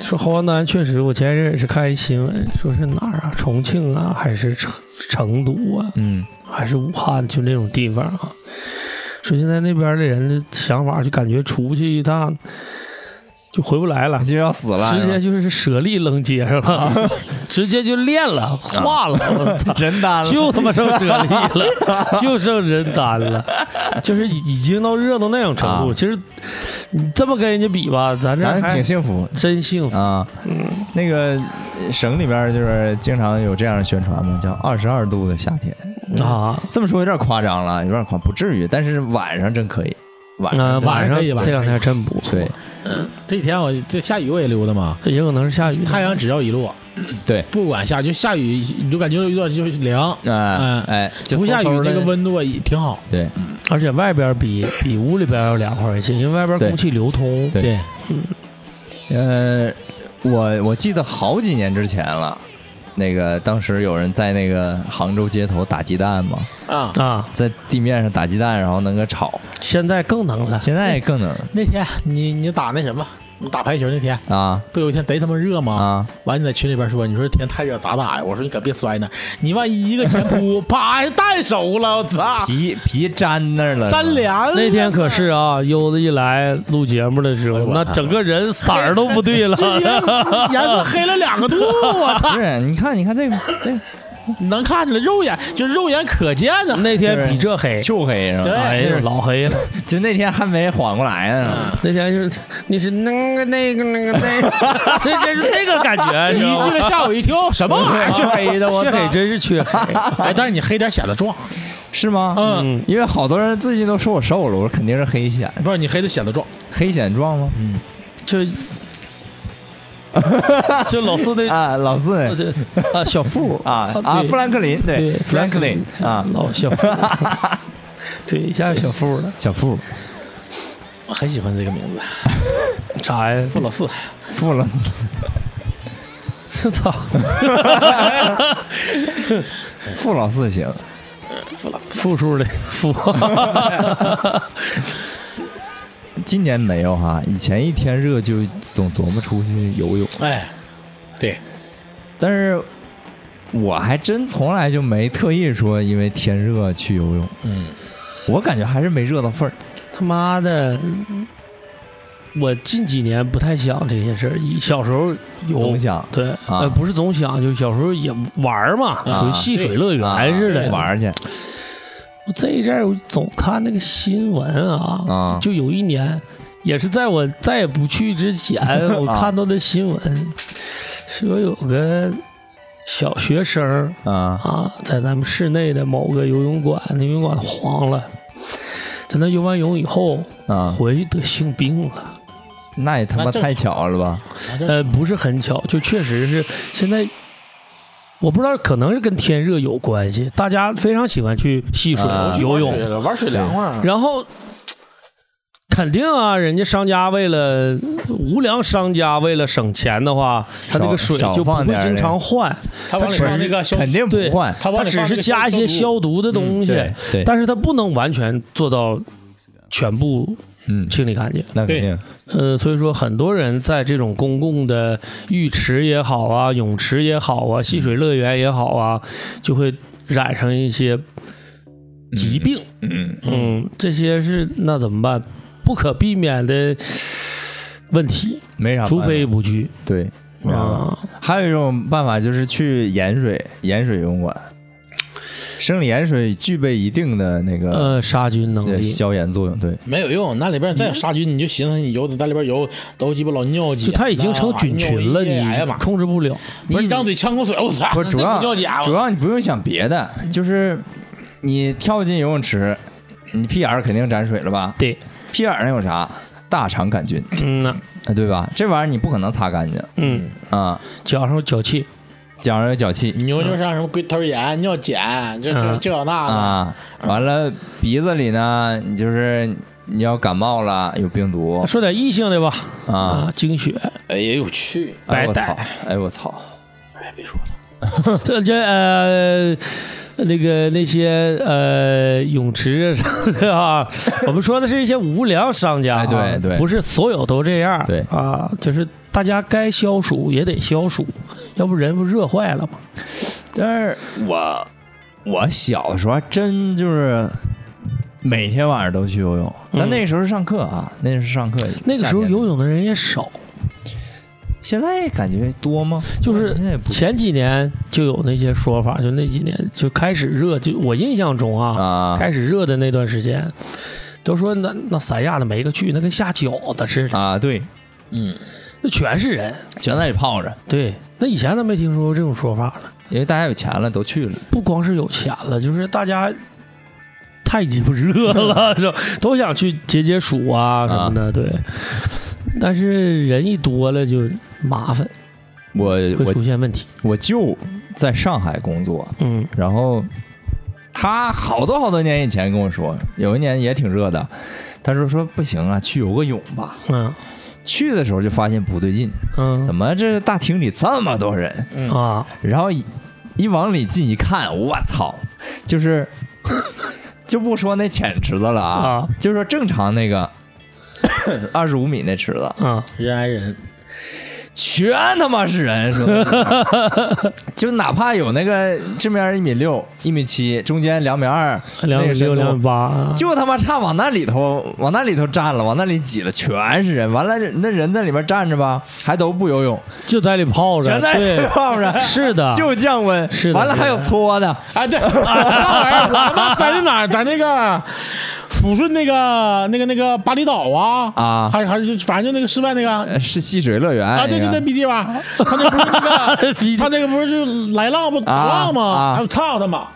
S2: 说猴王丹确实，我前一阵也是看一新闻，说是哪儿啊，重庆啊，还是成成都啊，
S1: 嗯，
S2: 还是武汉，就那种地方啊。说现在那边的人的想法，就感觉出去一趟就回不来了，
S1: 就要死了。哎
S2: 直接就是舍利扔街 上了，直接就练了，化了，我操！
S1: 啊人单了，
S2: 就他妈剩舍利了，就剩人丹了，就是已经到热到那种程度。
S1: 啊
S2: 其实你这么跟人家比吧，咱这
S1: 咱
S2: 还
S1: 挺幸福
S2: 真幸福。
S1: 啊。那个省里边就是经常有这样的宣传嘛，叫“二十二度的夏天
S2: 啊，”。
S1: 这么说有点夸张了，有点夸，不至于。但是晚上真可以，晚上
S3: 啊
S2: 呃，
S1: 真
S2: 晚上
S3: 可以吧
S2: 这两天真不错
S1: 对，
S3: 这几天我这下雨我也溜达嘛，
S2: 也有可能是下雨。
S3: 太阳只要一落，
S1: 对，
S3: 不管下就下雨，你就感觉有点就是凉，
S1: 哎
S3: 嗯
S1: 哎，就
S3: 不下雨
S1: 嗖嗖的
S3: 那个温度也挺好。
S1: 对
S2: 而且外边比比屋里边要凉快一些，因为外边
S1: 对
S2: 空气流通。
S1: 对
S3: 对，
S1: 呃，我我记得好几年之前了，那个当时有人在那个杭州街头打鸡蛋嘛，
S3: 啊，
S2: 啊，
S1: 在地面上打鸡蛋，然后能个炒，
S2: 现在更能了。
S1: 现在更能
S3: 那天你你打那什么，你打排球那天，
S1: 啊
S3: 不有一天贼他妈热吗？
S1: 啊
S3: 完你在群里边说，你说天太热咋打呀？我说你可别摔那儿，你万一一个前扑，啪蛋熟了，我操，
S1: 皮皮粘那儿了，
S3: 粘凉了。
S2: 那天可是啊，悠子一来录节目的时
S1: 哎
S2: 候，那整个人色儿 都不对了。
S3: 啊颜色黑了两个度，我操！
S1: 不是，你看，你看这个，这个
S3: 能看出来，肉眼就是肉眼可见的。
S2: 那天比这黑，
S1: 就黑是吧？嗯
S3: 对
S2: 哎呦，老黑了。
S1: 就那天还没缓过来呢，
S2: 那天就是你是那个那个那个那个，那真是那个感觉，
S3: 你
S2: 你知道
S3: 一
S2: 吗
S3: 进来吓我一跳，什么玩意儿？啊
S2: 缺黑的，
S3: 我
S2: 缺黑
S3: 操
S2: 真是缺 黑。
S3: 哎，但是你黑点显得壮，
S1: 是吗？
S3: 嗯，
S2: 嗯，
S1: 因为好多人最近都说我瘦了，我说肯定是黑显，
S3: 不是你黑的显得壮，
S1: 黑显壮吗？
S2: 就就老四的
S1: 啊，老四
S2: 这啊小富
S1: 啊啊，
S2: 对
S1: 富兰克林对
S2: 对，
S1: 富兰克林啊，
S2: 老小富，对，一下小富了，
S1: 小富
S3: 我很喜欢这个名字，
S2: 啥呀？
S3: 傅老四。
S1: 富老四，
S2: 操！
S1: 富老四行，
S2: 负数的 负，
S1: 今年没有哈，以前一天热就总琢磨出去游泳，
S3: 哎，对，
S1: 但是我还真从来就没特意说因为天热去游泳，
S3: 嗯，
S1: 我感觉还是没热到份儿。
S2: 他妈的！我近几年不太想这些事儿，以小时候有
S1: 总想
S2: 对，
S1: 啊
S2: 呃，不是总想，就是小时候也玩儿嘛，
S1: 啊
S2: 属于戏水乐园似的。
S1: 啊玩儿去
S2: 这一阵儿我总看那个新闻啊，
S1: 啊
S2: 就有一年，也是在我再也不去 之前，我
S1: 啊
S2: 看到的新闻，说有个小学生儿
S1: 啊
S2: 啊，在咱们市内的某个游泳馆，那游泳馆黄了，在那游完泳以后
S1: 啊，
S2: 回去得性病了。
S1: 那也他妈
S3: 那正
S1: 太巧了吧？
S2: 呃，不是很巧，就确实是现在，我不知道，可能是跟天热有关系，大家非常喜欢去戏水、
S1: 啊
S2: 游泳，
S3: 玩水凉快儿。
S2: 然后。嗯肯定啊，人家商家为了无良商家为了省钱的话，他那个
S1: 少
S2: 水
S1: 少
S2: 就不
S1: 放
S2: 会
S1: 点儿
S2: 经
S1: 那
S2: 常换，
S3: 他往里放那个消，
S1: 肯定不
S2: 对
S1: 换，
S3: 他
S2: 他
S3: 往里
S2: 只
S3: 放
S2: 是
S3: 那个
S2: 加一些
S3: 消毒嗯
S2: 消毒的东西，
S1: 对对，
S2: 但是它不能完全做到全部
S1: 嗯，
S2: 清理干净。
S1: 那肯
S3: 对
S1: 定
S2: 呃，所以说很多人在这种公共的浴池也好啊、泳池也好啊、戏水乐园也好啊，就会染上一些疾病。
S1: 嗯，
S2: 嗯，这些是那怎么办？不可避免的问题，
S1: 没啥办法，
S2: 除非不去
S1: 对。没啥办法
S2: 啊。
S1: 还有一种办法就是去盐水盐水游泳馆，生理盐水具备一定的那个
S2: 呃，杀菌能
S1: 呃
S2: 力，
S1: 消炎作用，对，
S3: 没有用，那里边再有杀菌，你就寻思你游的在里边游都鸡巴老尿
S2: 嗯就
S3: 碱，
S2: 它已经
S1: 啊
S2: 成菌群了，
S3: 那
S2: 你
S3: 哎呀妈，
S2: 控制不了。
S3: 你一张嘴呛口水，我操！
S1: 不是主
S3: 这
S1: 要
S3: 尿碱，啊
S1: 主要你不用想别的，就是你跳进游泳池，你屁眼儿肯定沾水了吧？
S2: 对，
S1: 屁眼儿上有啥？大肠杆菌，
S2: 嗯呐，
S1: 啊，对吧？这玩意儿你不可能擦干净
S2: 嗯，
S1: 啊，
S2: 脚上有脚气，
S1: 讲究脚气
S3: 牛牛上什么龟头炎、尿碱，这
S2: 嗯
S3: 这这那的，
S1: 啊，完了鼻子里呢，你就是你要感冒了有病毒
S2: 说点异性的吧，
S1: 啊，
S2: 啊，经血，
S3: 哎呀我去，
S1: 哎我
S2: 白带
S1: 操，哎我操，
S3: 哎别说了，
S2: 这这呃，那个那些呃泳池啥的啊，我们说的是一些无良商家、啊
S1: 哎对对
S2: 不是所有都这样，
S1: 对
S2: 啊，就是大家该消暑也得消暑，要不人不热坏了吗？
S1: 但是我我小的时候还真就是每天晚上都去游泳，但
S2: 嗯
S1: 那时候是上课啊，那是上课。
S2: 那个时候游，泳的人也少，
S1: 现在感觉多吗？
S2: 就是
S1: 现在也不
S2: 前几年就有那些说法，就那几年就开始热，就我印象中啊，
S1: 啊
S2: 开始热的那段时间，都说那那三亚的没个去，那跟下饺子似的，
S1: 啊，对，
S3: 嗯，
S2: 那全是人。
S1: 全在里泡着，
S2: 对，那以前都没听说过这种说法了。
S1: 因为大家有钱了都去了。
S2: 不光是有钱了，就是大家太鸡巴热 了，是吧都想去解解暑啊什么的。对，但是人一多了就麻烦，
S1: 我
S2: 会
S1: 我
S2: 出现问题。
S1: 我舅在上海工作，
S2: 嗯
S1: 然后他好多好多年以前跟我说，有一年也挺热的，他说说不行啊，去游个泳吧。
S2: 嗯
S1: 去的时候就发现不对劲，
S2: 嗯，
S1: 怎么这大厅里这么多人？
S2: 么啊？
S1: 然后一一往里进一看，我操，就是就不说那浅池子了啊，
S2: 啊
S1: 就 说正常那个二十五米那池子，
S2: 啊
S3: 人挨人，
S1: 全他妈是人，说 就哪怕有那个这面一米六、一米七，中间两米二，
S2: 两
S1: 那
S2: 米
S1: 个深
S2: 六、
S1: 度
S2: 两米八，
S1: 就他妈差往那里头往那里头站了，往那里挤了，全是人。完了，那人在里面站着吧，还都不游泳，
S2: 啊就在里泡着，
S1: 全在里面
S2: 对，
S1: 泡着，
S2: 是的，
S1: 就降温。
S2: 是的
S1: 完了还有搓的，
S3: 哎， 对，啊那玩意儿，咱们在那哪儿，在那个抚顺那个那个那个巴厘岛啊，
S1: 啊
S3: 还还就反正就那个室外那个。
S2: 哎
S1: 呃是戏水乐园
S3: 啊，对对
S1: 那
S3: 对，
S1: 个
S3: 比地方， 他那不是那个，他那个不是来浪不打浪
S1: 啊
S3: 吗？
S1: 啊
S3: 哎呦操他妈！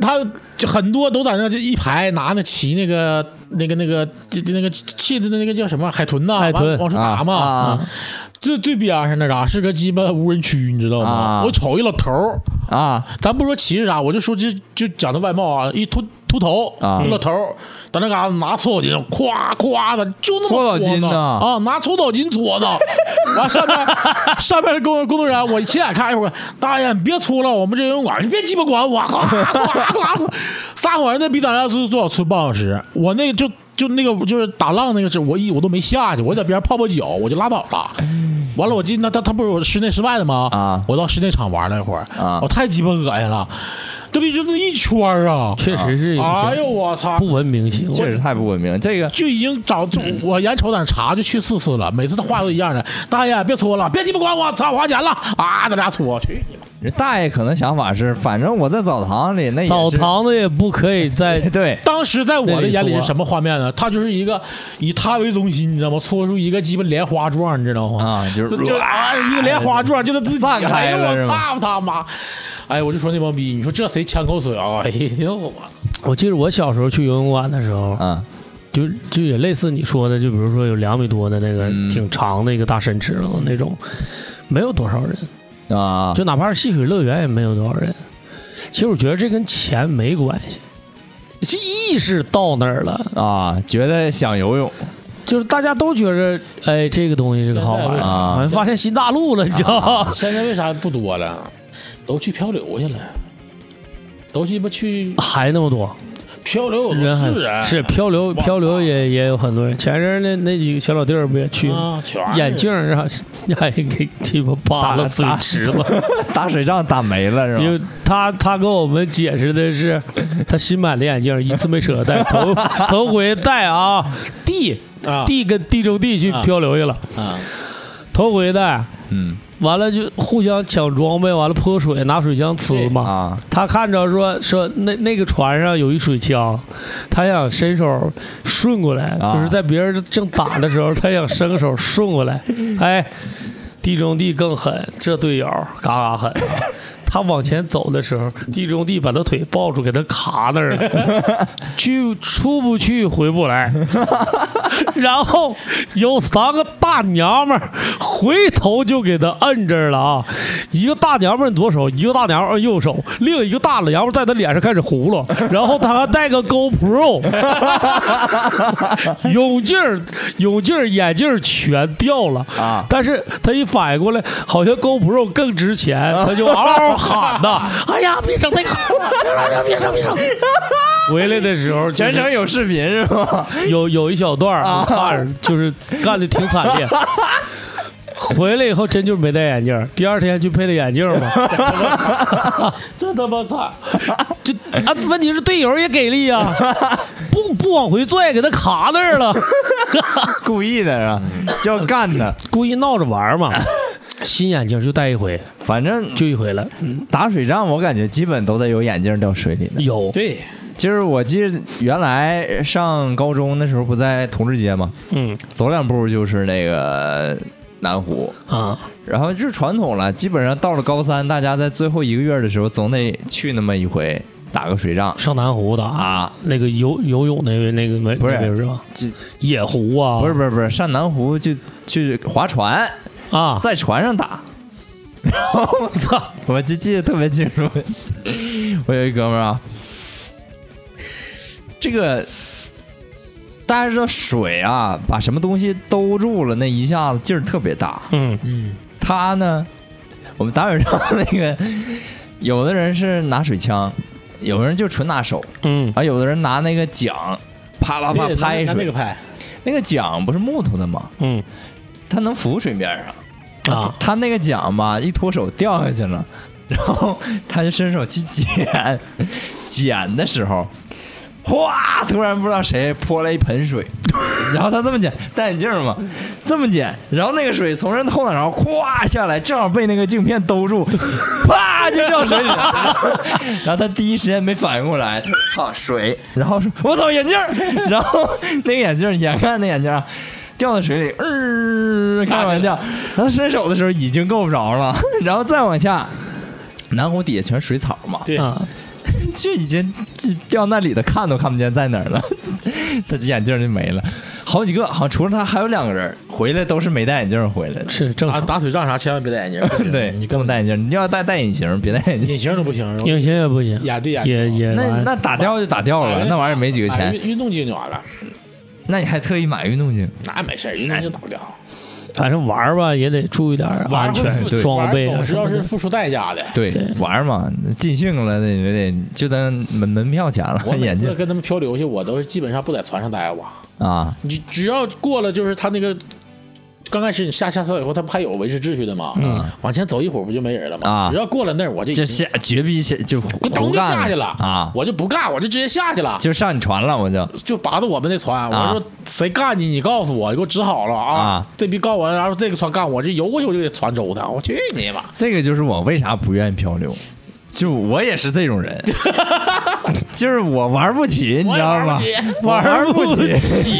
S3: 他就很多都在那就一排拿那骑那个那个那个就就那个气的那个叫什么海豚呐，
S2: 海豚
S3: 往往出打
S1: 啊
S3: 嘛嗯
S1: 啊。
S3: 这最边上那嘎是个鸡巴无人区，你知道吗
S1: 啊？
S3: 我瞅一老头儿，
S1: 啊
S3: 咱不说歧视啥，我就说就就讲他外貌啊，一秃秃头
S1: 啊
S3: 一老头儿，在那嘎达拿搓澡巾，咵咵的，就那么
S1: 搓澡巾
S3: 呢
S1: 呢
S3: 啊，拿搓澡巾搓的。完上面上面的工工作人员，我亲眼看一会儿，大爷你别搓了，我们这游泳馆你别鸡巴管我，咵咵 咵，撒谎人那比咱俩最最少搓半小时，我那个就。就那个就是打浪那个事，我一我都没下去，我在边上泡泡脚，我就拉倒了。完了，我进那他他不是有室内室外的吗？
S1: 啊
S3: 我到室内场玩了一会儿，
S1: 啊
S3: 我哦太鸡巴恶心了，这不就那一圈儿啊？
S2: 确实是有
S3: 哎
S2: 些
S3: 呦我操！
S2: 不文明行
S1: 确
S2: 为。
S1: 实太不文明。这个
S3: 就已经找 就我眼瞅在那查，就去四次了，每次的话都一样的。大爷别搓了，别鸡巴管我，操，花钱了啊！在那搓去你妈！
S1: 人大爷可能想法是，反正我在澡堂里那也是
S2: 澡堂子也不可以在
S1: 对
S3: 当时在我的眼里是什么画面呢？他就是一个以他为中心，你知道吗？搓出一个鸡巴莲花状，你知道吗？
S1: 啊，就是
S3: 就啊，一个莲花状，就他自己，
S1: 散开了
S3: 哎呦
S1: 是
S3: 我
S1: 吧
S3: 操他妈！哎，我就说那帮逼，你说这谁呛口水啊？哎呦我操！
S2: 我记得我小时候去游泳馆的时候，
S1: 啊
S2: 就就也类似你说的，就比如说有两米多的那个
S1: 嗯
S2: 挺长的一个大深池了那种，没有多少人，
S1: 啊
S2: 就哪怕是戏水乐园也没有多少人。其实我觉得这跟钱没关系，这意识到那儿了，
S1: 啊，觉得想游泳
S2: 就是大家都觉着哎这个东西这个好玩
S3: 现在
S1: 啊
S2: 好像发现新大陆了，你知道吗？
S3: 现在为啥不多了？都去漂流去了，都鸡巴去
S2: 还那么多
S3: 漂流有
S2: 人
S3: 的
S2: 还，
S3: 是啊人，
S2: 是漂流
S3: 我操
S2: 漂流也也有很多人。前阵儿那那几个小老弟儿不也去吗？
S3: 啊，全是
S2: 眼镜 让让人给鸡巴扒了嘴
S1: 池子，打水仗打没了是
S2: 因
S1: 吧？
S2: 为他他跟我们解释的 是，他新买的眼镜一次没舍得戴，头头回戴啊，弟
S3: 啊
S2: 弟跟地中地去
S3: 啊
S2: 漂流去了，
S3: 啊，
S2: 头回戴，
S1: 嗯
S2: 完了就互相抢装备，完了泼水拿水枪呲嘛。
S1: 啊
S2: 他看着说说那那个船上有一水枪，他想伸手顺过来，
S1: 啊
S2: 就是在别人正打的时候，他想伸个手顺过来，哎，地中地更狠，这队友嘎嘎狠。啊他往前走的时候，地中地把他腿抱住，给他卡那儿了，去出不去，回不来。 然后有三个大娘们儿回头就给他摁这儿了啊！一个大娘们儿左手，一个大娘们儿右手，另一个大娘们儿在他脸上开始 葫芦，然后他还带个 GoPro，泳镜儿、泳镜儿、眼镜儿全掉了
S1: 啊
S2: 但是他一反应过来，好像 GoPro 更值钱，他就嗷嗷喊 呐：“哎呀，别整那 个！别整，别整，别整！”回来的时候，
S1: 全程有视频是吧？
S2: 有有一小段儿，
S1: 啊
S2: 我看着就是干的挺惨烈。回来以后真就没戴眼镜儿，第二天去配的眼镜儿嘛。
S3: 这他妈惨！
S2: 这啊，问题是队友也给力呀、不不往回拽，给他卡那儿了，
S1: 故意的是吧？就要干的，
S2: 故意闹着玩儿嘛。新眼镜就戴一回，
S1: 反正
S2: 就一回了。
S1: 打水仗，我感觉基本都得有眼镜掉水里的。
S2: 有，
S3: 对，
S1: 就是我记得原来上高中那时候不在同志街吗？
S2: 嗯
S1: 走两步就是那个南湖，
S2: 啊，
S1: 然后就是传统了，基本上到了高三，大家在最后一个月的时候总得去那么一回打个水仗
S2: 上南湖的啊，
S1: 啊。
S2: 那个游游泳那位那个没
S1: 不是
S2: 那位是吧
S1: 这？
S2: 野湖啊，
S1: 不是不是不是，上南湖就去划船，
S2: 啊，
S1: 在船上打。
S2: 我操！
S1: 我就记得特别清楚。我有一哥们儿啊，这个大家知道水啊，把什么东西兜住了，那一下子劲儿特别大。
S2: 嗯
S3: 嗯，
S1: 他呢，我们打水仗那个，有的人是拿水枪，有的人就纯拿手，
S2: 嗯
S1: 啊，有的人拿那个桨，啪啪啪
S3: 别
S1: 啊拍
S3: 拿那
S1: 水
S3: 个。拍，
S1: 那个桨不是木头的吗？
S2: 嗯，
S1: 他能浮水面上。
S2: 啊，
S1: 他那个桨吧，一脱手掉下去了，然后他就伸手去捡，捡的时候，哗！突然不知道谁泼了一盆 水，然后他这么捡，戴眼镜嘛，这么捡，然后那个水从人后脑勺咵下来，正好被那个镜片兜 住，啪就掉水里 了。然后他第一时间没反应过来，他说操水，然后说我操眼镜儿，然后那个眼镜儿眼看那眼镜儿啊掉到水里，嗯、呃，开玩笑，然后伸手的时候已经够不着了，然后再往下，南湖底下全是水草嘛，
S2: 对啊，
S1: 这已经这掉那里的看都看不见在哪儿了， 他眼镜就没了，好几个，好像除了他还有两个人回来都是没戴眼镜回来的。，
S2: 是正
S3: 打
S2: 常，
S3: 啊打腿仗啥千万别戴眼 镜
S1: 对
S3: 你嗯
S1: 不能戴眼镜，你要戴戴隐形，别戴 眼镜。
S3: 隐形都不行，是吧
S2: 影星也不行，
S3: 眼对眼
S2: 也也
S1: 那
S2: 完
S1: 那打掉就打掉了，那玩意儿没几个
S3: 买
S1: 钱。
S3: 哎运运动镜就完了，
S1: 那你还特意买运动镜？
S3: 那没事儿，运动镜打不掉，
S2: 反正玩儿吧也得注意点儿
S3: 玩
S2: 安全
S1: 对
S2: 装备啊
S3: 总
S2: 什
S3: 是
S2: 么
S3: 要是
S2: 的。
S3: 付出代价的。
S1: 对
S2: 对，
S1: 玩儿嘛，尽兴了那也得就当门门票钱了
S3: 我，每
S1: 眼
S3: 次
S1: 镜
S3: 跟他们漂流去，我都是基本上不在船上待过。
S1: 啊，
S3: 你只要过了，就是他那个刚开始你下下水以后，他不还有维持秩序的吗？
S1: 嗯，
S3: 往前走一会儿不就没人了吗？
S1: 啊
S3: 只要过了那儿，我就已
S1: 就
S3: 经
S1: 下绝逼下就
S3: 咕咚
S1: 胡
S3: 就
S1: 干
S3: 下去了
S1: 啊，
S3: 我就不干，我就直接下去了。
S1: 就上你船了，我就
S3: 就拔到我们那船，
S1: 啊
S3: 我说谁干你，你告诉我，你给我指好了啊
S1: 啊！
S3: 这逼告我，然后这个船干我，这游过去我就给船周他，我去你妈！
S1: 这个就是我为啥不愿意漂流，就我也是这种 人，就是我玩不起，你知道吗？ 玩不起，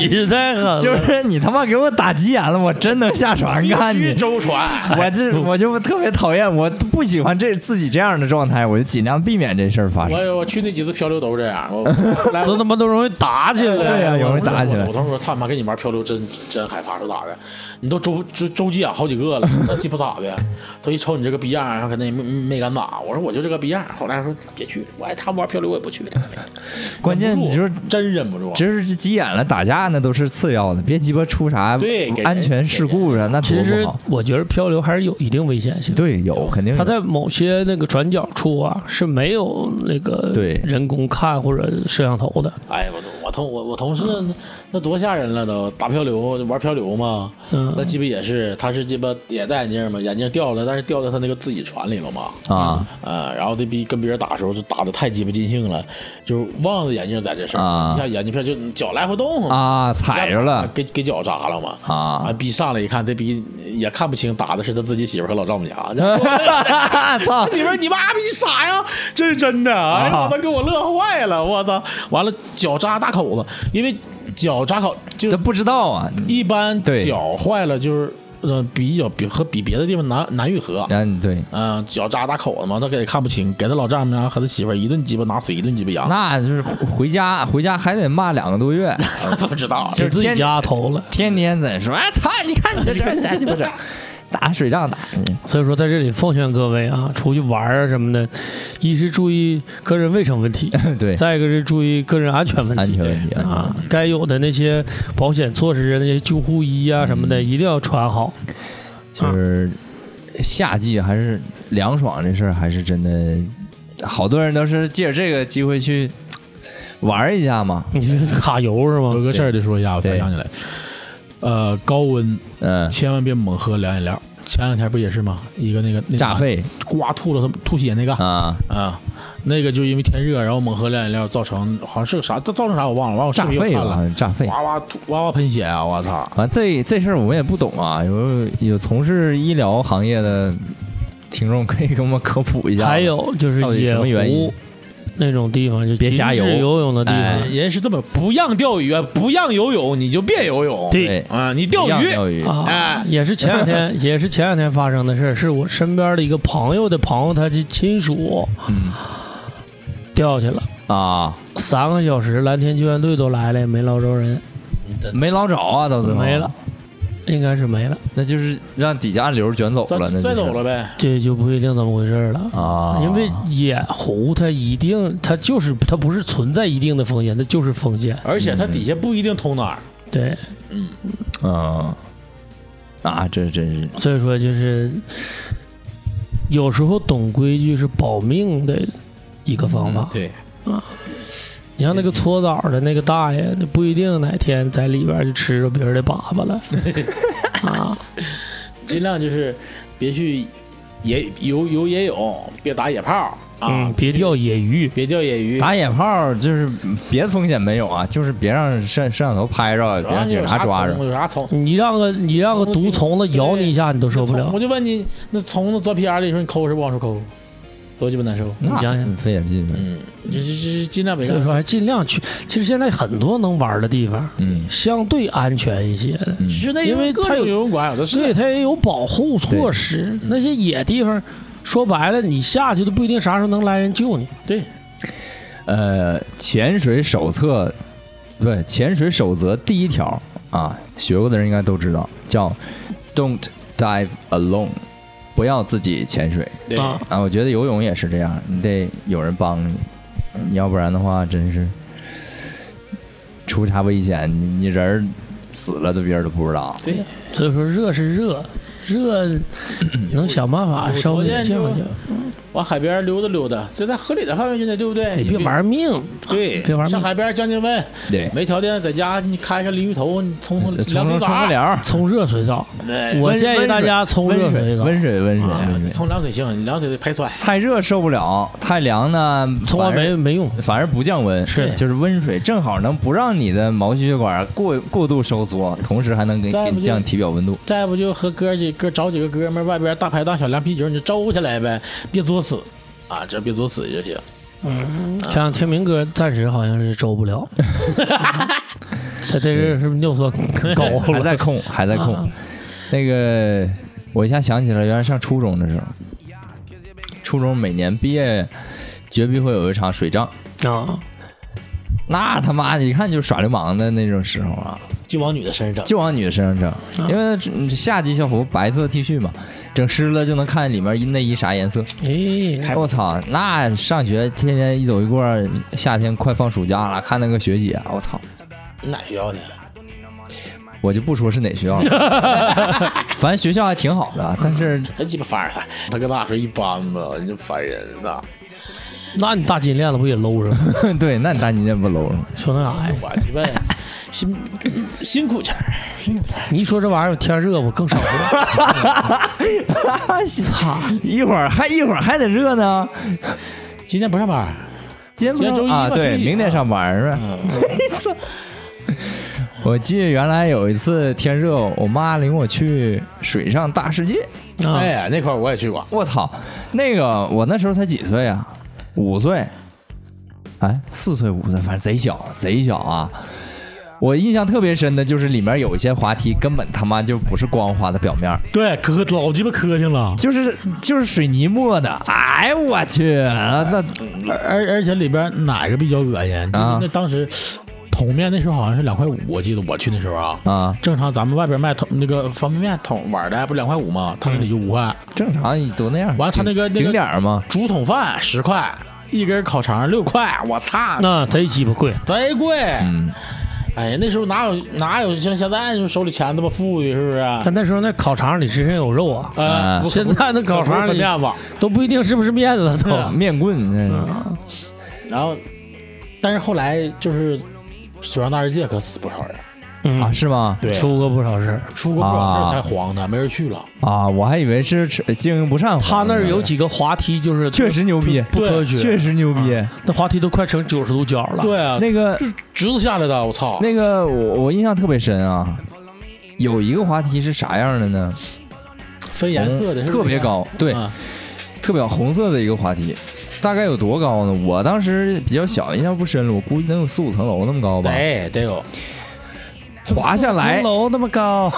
S2: 起太狠了，
S1: 就是你他妈给我打急眼了，我真能下船干
S3: 必须
S1: 哎你。
S3: 周船，
S1: 我这我就特别讨厌，我不喜欢这自己这样的状态，我就尽量避免这事儿发生。
S3: 我我去那几次漂流都是 这样，我来
S2: 都他妈都容易打起来。
S1: 对呀、有人打起来
S3: 我，同事说：“他妈跟你玩漂流真真害怕，说咋的？你都周周周急眼好几个了，那鸡巴咋的？他一瞅你这个逼样，然后可能也没没敢打。我说我就这个逼样。后来说别去，我爱他们玩漂流我也不去了。
S1: 关键
S3: 忍不
S1: 你
S3: 住
S1: 说
S3: 真忍不住，啊
S1: 就是急眼了打架那都是次要的，别鸡巴出啥
S3: 对给人
S1: 安全事故啥，那多
S2: 其
S1: 不
S2: 实
S1: 好。
S2: 我觉得漂流还是有一定危险性的。
S1: 对，有肯定有
S2: 它在某些那个转角处啊是没有那个
S1: 对
S2: 人工看或者摄像头的，
S3: 哎呀，我都我同我我同事那那多吓人了都，打漂流玩漂流嘛，
S2: 嗯
S3: 那鸡巴也是，他是鸡巴也戴眼镜嘛，眼镜掉了，但是掉在他那个自己船里了嘛，
S1: 啊
S3: 啊，然后这逼跟别人打的时候就打的太鸡巴尽兴了，就忘了眼镜在这事儿，
S1: 啊
S3: 一下眼镜片就脚来回动，
S1: 啊，踩着了
S3: 给给脚扎了嘛。
S1: 啊
S3: 啊！！逼上来一看，这逼也看不清，打的是他自己媳妇儿和老丈母娘。
S1: 操！
S3: 媳妇 儿，你妈逼傻呀！这是真的，哎呀，
S1: 啊
S3: 我都给我乐坏了，我操！完了，脚扎大口子，因为脚扎口就
S1: 这不知道啊，
S3: 一般
S1: 对
S3: 脚坏了就是呃比较比和比别的地方难难愈合。
S1: 嗯，对，
S3: 嗯、脚扎大口子嘛，他给看不清，给他老丈母娘和他媳妇儿一顿鸡巴拿水，一顿鸡巴扬，
S1: 那就是回家回家还得骂两个多月，
S3: 呃不知道。 啊
S1: 就是
S2: 给自己
S1: 天
S2: 家投了。
S1: 天天在说，哎操，你看你这这这鸡巴这，打水仗打你
S2: 所以说，在这里奉劝各位啊，出去玩儿啊什么的，一是注意个人卫生问题，
S1: 对，
S2: 再一个是注意个人安全问题。
S1: 安全问题啊，
S2: 啊，该有的那些保险措施、那些救护衣
S1: 嗯
S2: 啊什么的，一定要穿好。
S1: 就是夏季还是凉爽这事儿，还是真的，好多人都是借着这个机会去玩一下嘛，
S2: 你这卡油是
S3: 有
S2: 吗？
S3: 个事儿得说一下，我才
S1: 对
S3: 想起来，呃，高温
S1: 嗯，
S3: 千万别猛喝凉饮料。前两天不也是吗？一个那个那
S1: 炸肺
S3: 刮吐了，他吐 血那个
S1: 啊，
S3: 啊，那个就因为天热，然后猛喝凉饮料，造成好像是个啥，造造成啥我忘了，完我视
S1: 炸
S3: 频又
S1: 肺
S3: 看
S1: 吧，好
S3: 了，
S1: 像炸肺。
S3: 哇哇吐哇哇喷血啊！我操！
S1: 反正这这事儿我们也不懂啊，有有从事医疗行业的听众可以给我们科普一下。
S2: 还，有就是
S1: 到底
S2: 野
S1: 什么原因
S2: 湖那种地方，就
S1: 别瞎
S2: 禁
S1: 游
S2: 止游泳的地方
S1: 哎，
S3: 人是这么不让钓鱼，不让游泳，你就别游泳。
S1: 对，
S3: 啊，你钓
S1: 一
S3: 鱼
S1: 样钓鱼
S2: 啊
S3: 哎，
S2: 也是前两 天，也是前两天发生的事儿，是我身边的一个朋友的朋友，他的亲属
S1: 嗯
S2: 掉下去了，
S1: 啊，
S2: 三个小时，蓝天救援队都来了，也没捞着人，
S1: 没捞着啊，到最后
S2: 没了，，应该是没了，
S1: 那就是让底下暗流卷走
S3: 再
S1: 了，那
S3: 再
S1: 就是
S3: 走了呗。
S2: 这就不一定怎么回事儿了。
S1: 啊，
S2: 因为野狐它一定，它就是它不是存在一定的风险，它就是风险。
S3: 而且它底下不一定通哪儿，
S2: 对，
S1: 嗯啊，这真是
S2: 所以说就是有时候懂规矩是保命的一个方
S1: 嗯
S2: 法。
S3: 对，
S2: 你像那个搓澡的那个大爷，那不一定哪天在里边就吃着别人的粑粑了，啊，
S3: 尽量就是别去野游游野泳，别打野炮啊
S2: 嗯，，别钓野鱼，
S3: 别钓野鱼。
S1: 打野炮就是别的风险没有啊，就是别让摄摄像头拍着，
S3: 主
S1: 别
S3: 要
S1: 让
S3: 你
S1: 警
S3: 有
S1: 察
S3: 啥
S1: 抓
S3: 虫
S1: 着。
S3: 有啥虫？
S2: 你让个你让个毒虫子咬你一下，你都受不了
S3: 我。就问你，那虫子钻屁眼儿里，你说你抠是不往出抠，多鸡巴难受。
S1: 那
S2: 你想想
S1: 费点劲。
S3: 嗯，就是就是尽量别
S2: 所以说，还尽量去。其实现在很多能玩的地方，
S1: 嗯
S2: 相对安全一些的，
S1: 嗯，
S3: 室内
S2: 因为
S3: 各
S2: 它
S3: 种
S2: 有
S3: 游泳馆有
S2: 对
S3: 的是。
S2: 它也有保护措施。那些野地方，说白了，你下去都不一定啥时候能来人救你。
S3: 对，
S1: 呃，潜水手册，不对，潜水守则第一条啊，学过的人应该都知道，叫 “Don't dive alone”，不要自己潜水
S3: 对
S2: 啊，
S1: 啊。我觉得游泳也是这样，你得有人帮你，你要不然的话，真是出啥危险，你你人儿死了，都别人都不知道。
S3: 对，
S2: 所以说热是热，热能想办法
S3: 我
S2: 稍微
S3: 昨天
S2: 降
S3: 就
S2: 降，
S3: 往海边溜达溜达，这在合理的范围之内，对不对？
S2: 得
S3: 你
S2: 哎别玩命。
S3: 对，
S2: 别玩命
S3: 上海边降降温，
S1: 对，
S3: 没条件在家你开上淋浴头，你冲冲
S1: 冲
S3: 凉
S1: 冲
S3: 水
S1: 冲个
S3: 澡，
S1: 凉儿，
S2: 冲热水澡，
S3: 对
S2: 我
S1: 温
S2: 建议大家啊冲热
S1: 温
S2: 水啊
S1: 水
S2: 澡，
S1: 温水温水
S3: 哎呀
S1: 温水，
S3: 冲凉水行，你凉水得排酸。
S1: 太热受不了，太凉呢，
S2: 冲完
S1: 反而
S2: 没没用。
S1: 反而不降温，
S2: 是
S1: 就是温水正好能不让你的毛细血管过过度收缩，同时还能给
S3: 再
S1: 给
S3: 不
S1: 你
S3: 就
S1: 降体表温度。
S3: 再不就和哥几哥找几个哥们儿外边大排档小凉啤酒，你就周起来呗，别作死啊，只要别作死就行。
S2: 嗯，像天明哥暂时好像是周不了，他这是是不是尿酸 高
S1: 还在
S2: 了？
S1: 控，还在控。
S2: 啊
S1: 那个，我一下想起来，原来上初中的时候，初中每年毕业绝壁会有一场水仗，
S2: 啊，
S1: 那他妈的一看就是耍流氓的那种时候啊，
S3: 就往女的身上整，
S1: 就往女的身上整，因为这夏季校服白色 T 恤嘛，整湿了就能看里面一内衣啥颜色。
S2: 哎，
S1: 我操，那上学天天一走一过，夏天快放暑假了，看那个学姐，我操，
S3: 你哪学校的？
S1: 我就不说是哪学校了，反正学校还挺好的，但是
S3: 真鸡巴凡尔赛，他跟那时候一般吧，你就烦人呐。
S2: 那你大金链子不也搂 上？
S1: 对，那你大你也不 low 了，
S2: 说那啥呀？哎
S3: 我鸡巴 辛辛苦钱儿，
S2: 你一说这玩意儿，天热我更上火。操！
S1: 一会儿还一会儿还得热呢，
S3: 今天不上班，
S1: 今
S3: 今
S1: 天
S3: 天周
S1: 不
S3: 一
S1: 啊，
S3: 吧
S1: 对，
S3: 周一
S1: 明天上班是吧？
S3: 嗯，
S1: 我记得原来有一次天热，我妈领我去水上大世界，
S2: 啊
S3: 哎，呀，那块儿我也去过，
S1: 我操，那个我那时候才几岁啊，五岁，哎，四岁五岁，反正贼小贼小啊。我印象特别深的就是里面有一些滑梯根本他妈就不是光滑的表面，
S3: 对，可老鸡巴磕碜了。
S1: 就是就是水泥磨的。哎我去，那
S3: 而而而且里边哪个比较恶心？记得那当时桶面那时候好像是两块五，我记得我去那时候啊。
S1: 啊，
S3: 正常咱们外边卖桶那个方便面桶碗的不两块五吗？他那里就五块，
S1: 正常啊都那样。
S3: 完了他那个
S1: 景
S3: 那个
S1: 景点儿嘛，
S3: 竹筒饭十块，一根烤肠六块，我操，
S1: 啊
S2: 那贼鸡巴贵。
S3: 贼贵！
S1: 嗯，
S3: 哎呀，那时候哪有哪有像现在就手里钱这么富裕，是不是？
S2: 但那时候那烤肠里吃身有肉啊，
S1: 啊
S3: 呃，
S2: 现在那烤肠
S3: 粉
S2: 里
S3: 面网，
S2: 都不一定是不是面 了都。
S3: 嗯
S1: 哦面棍，嗯
S2: 啊
S3: 然后，但是后来就是水上大世界可死不少人，
S1: 啊
S2: 嗯，
S1: 是吗？
S3: 对
S2: 出过不少事儿。
S3: 出过不少事
S1: 啊
S3: 儿才黄的，没人去了。
S1: 啊，我还以为是吃呃经营不善。
S2: 他那儿有几个滑梯，就是
S1: 确实牛逼，
S2: 不科学，
S1: 确实牛逼。
S2: 那滑梯都快成九十度角了。
S3: 对啊，
S1: 那个
S3: 就直子下来的，我操！
S1: 那个我我印象特别深啊，有一个滑梯是啥样的呢？
S3: 分颜色的，
S1: 红
S3: 是不是
S1: 特别高，对，
S3: 啊
S1: 特别高红色的一个滑梯，大概有多高呢？我当时比较小，印象不深了，我估计能有四五层楼那么高吧。
S3: 得哎得有，
S1: 滑下来
S2: 层，楼那么 高，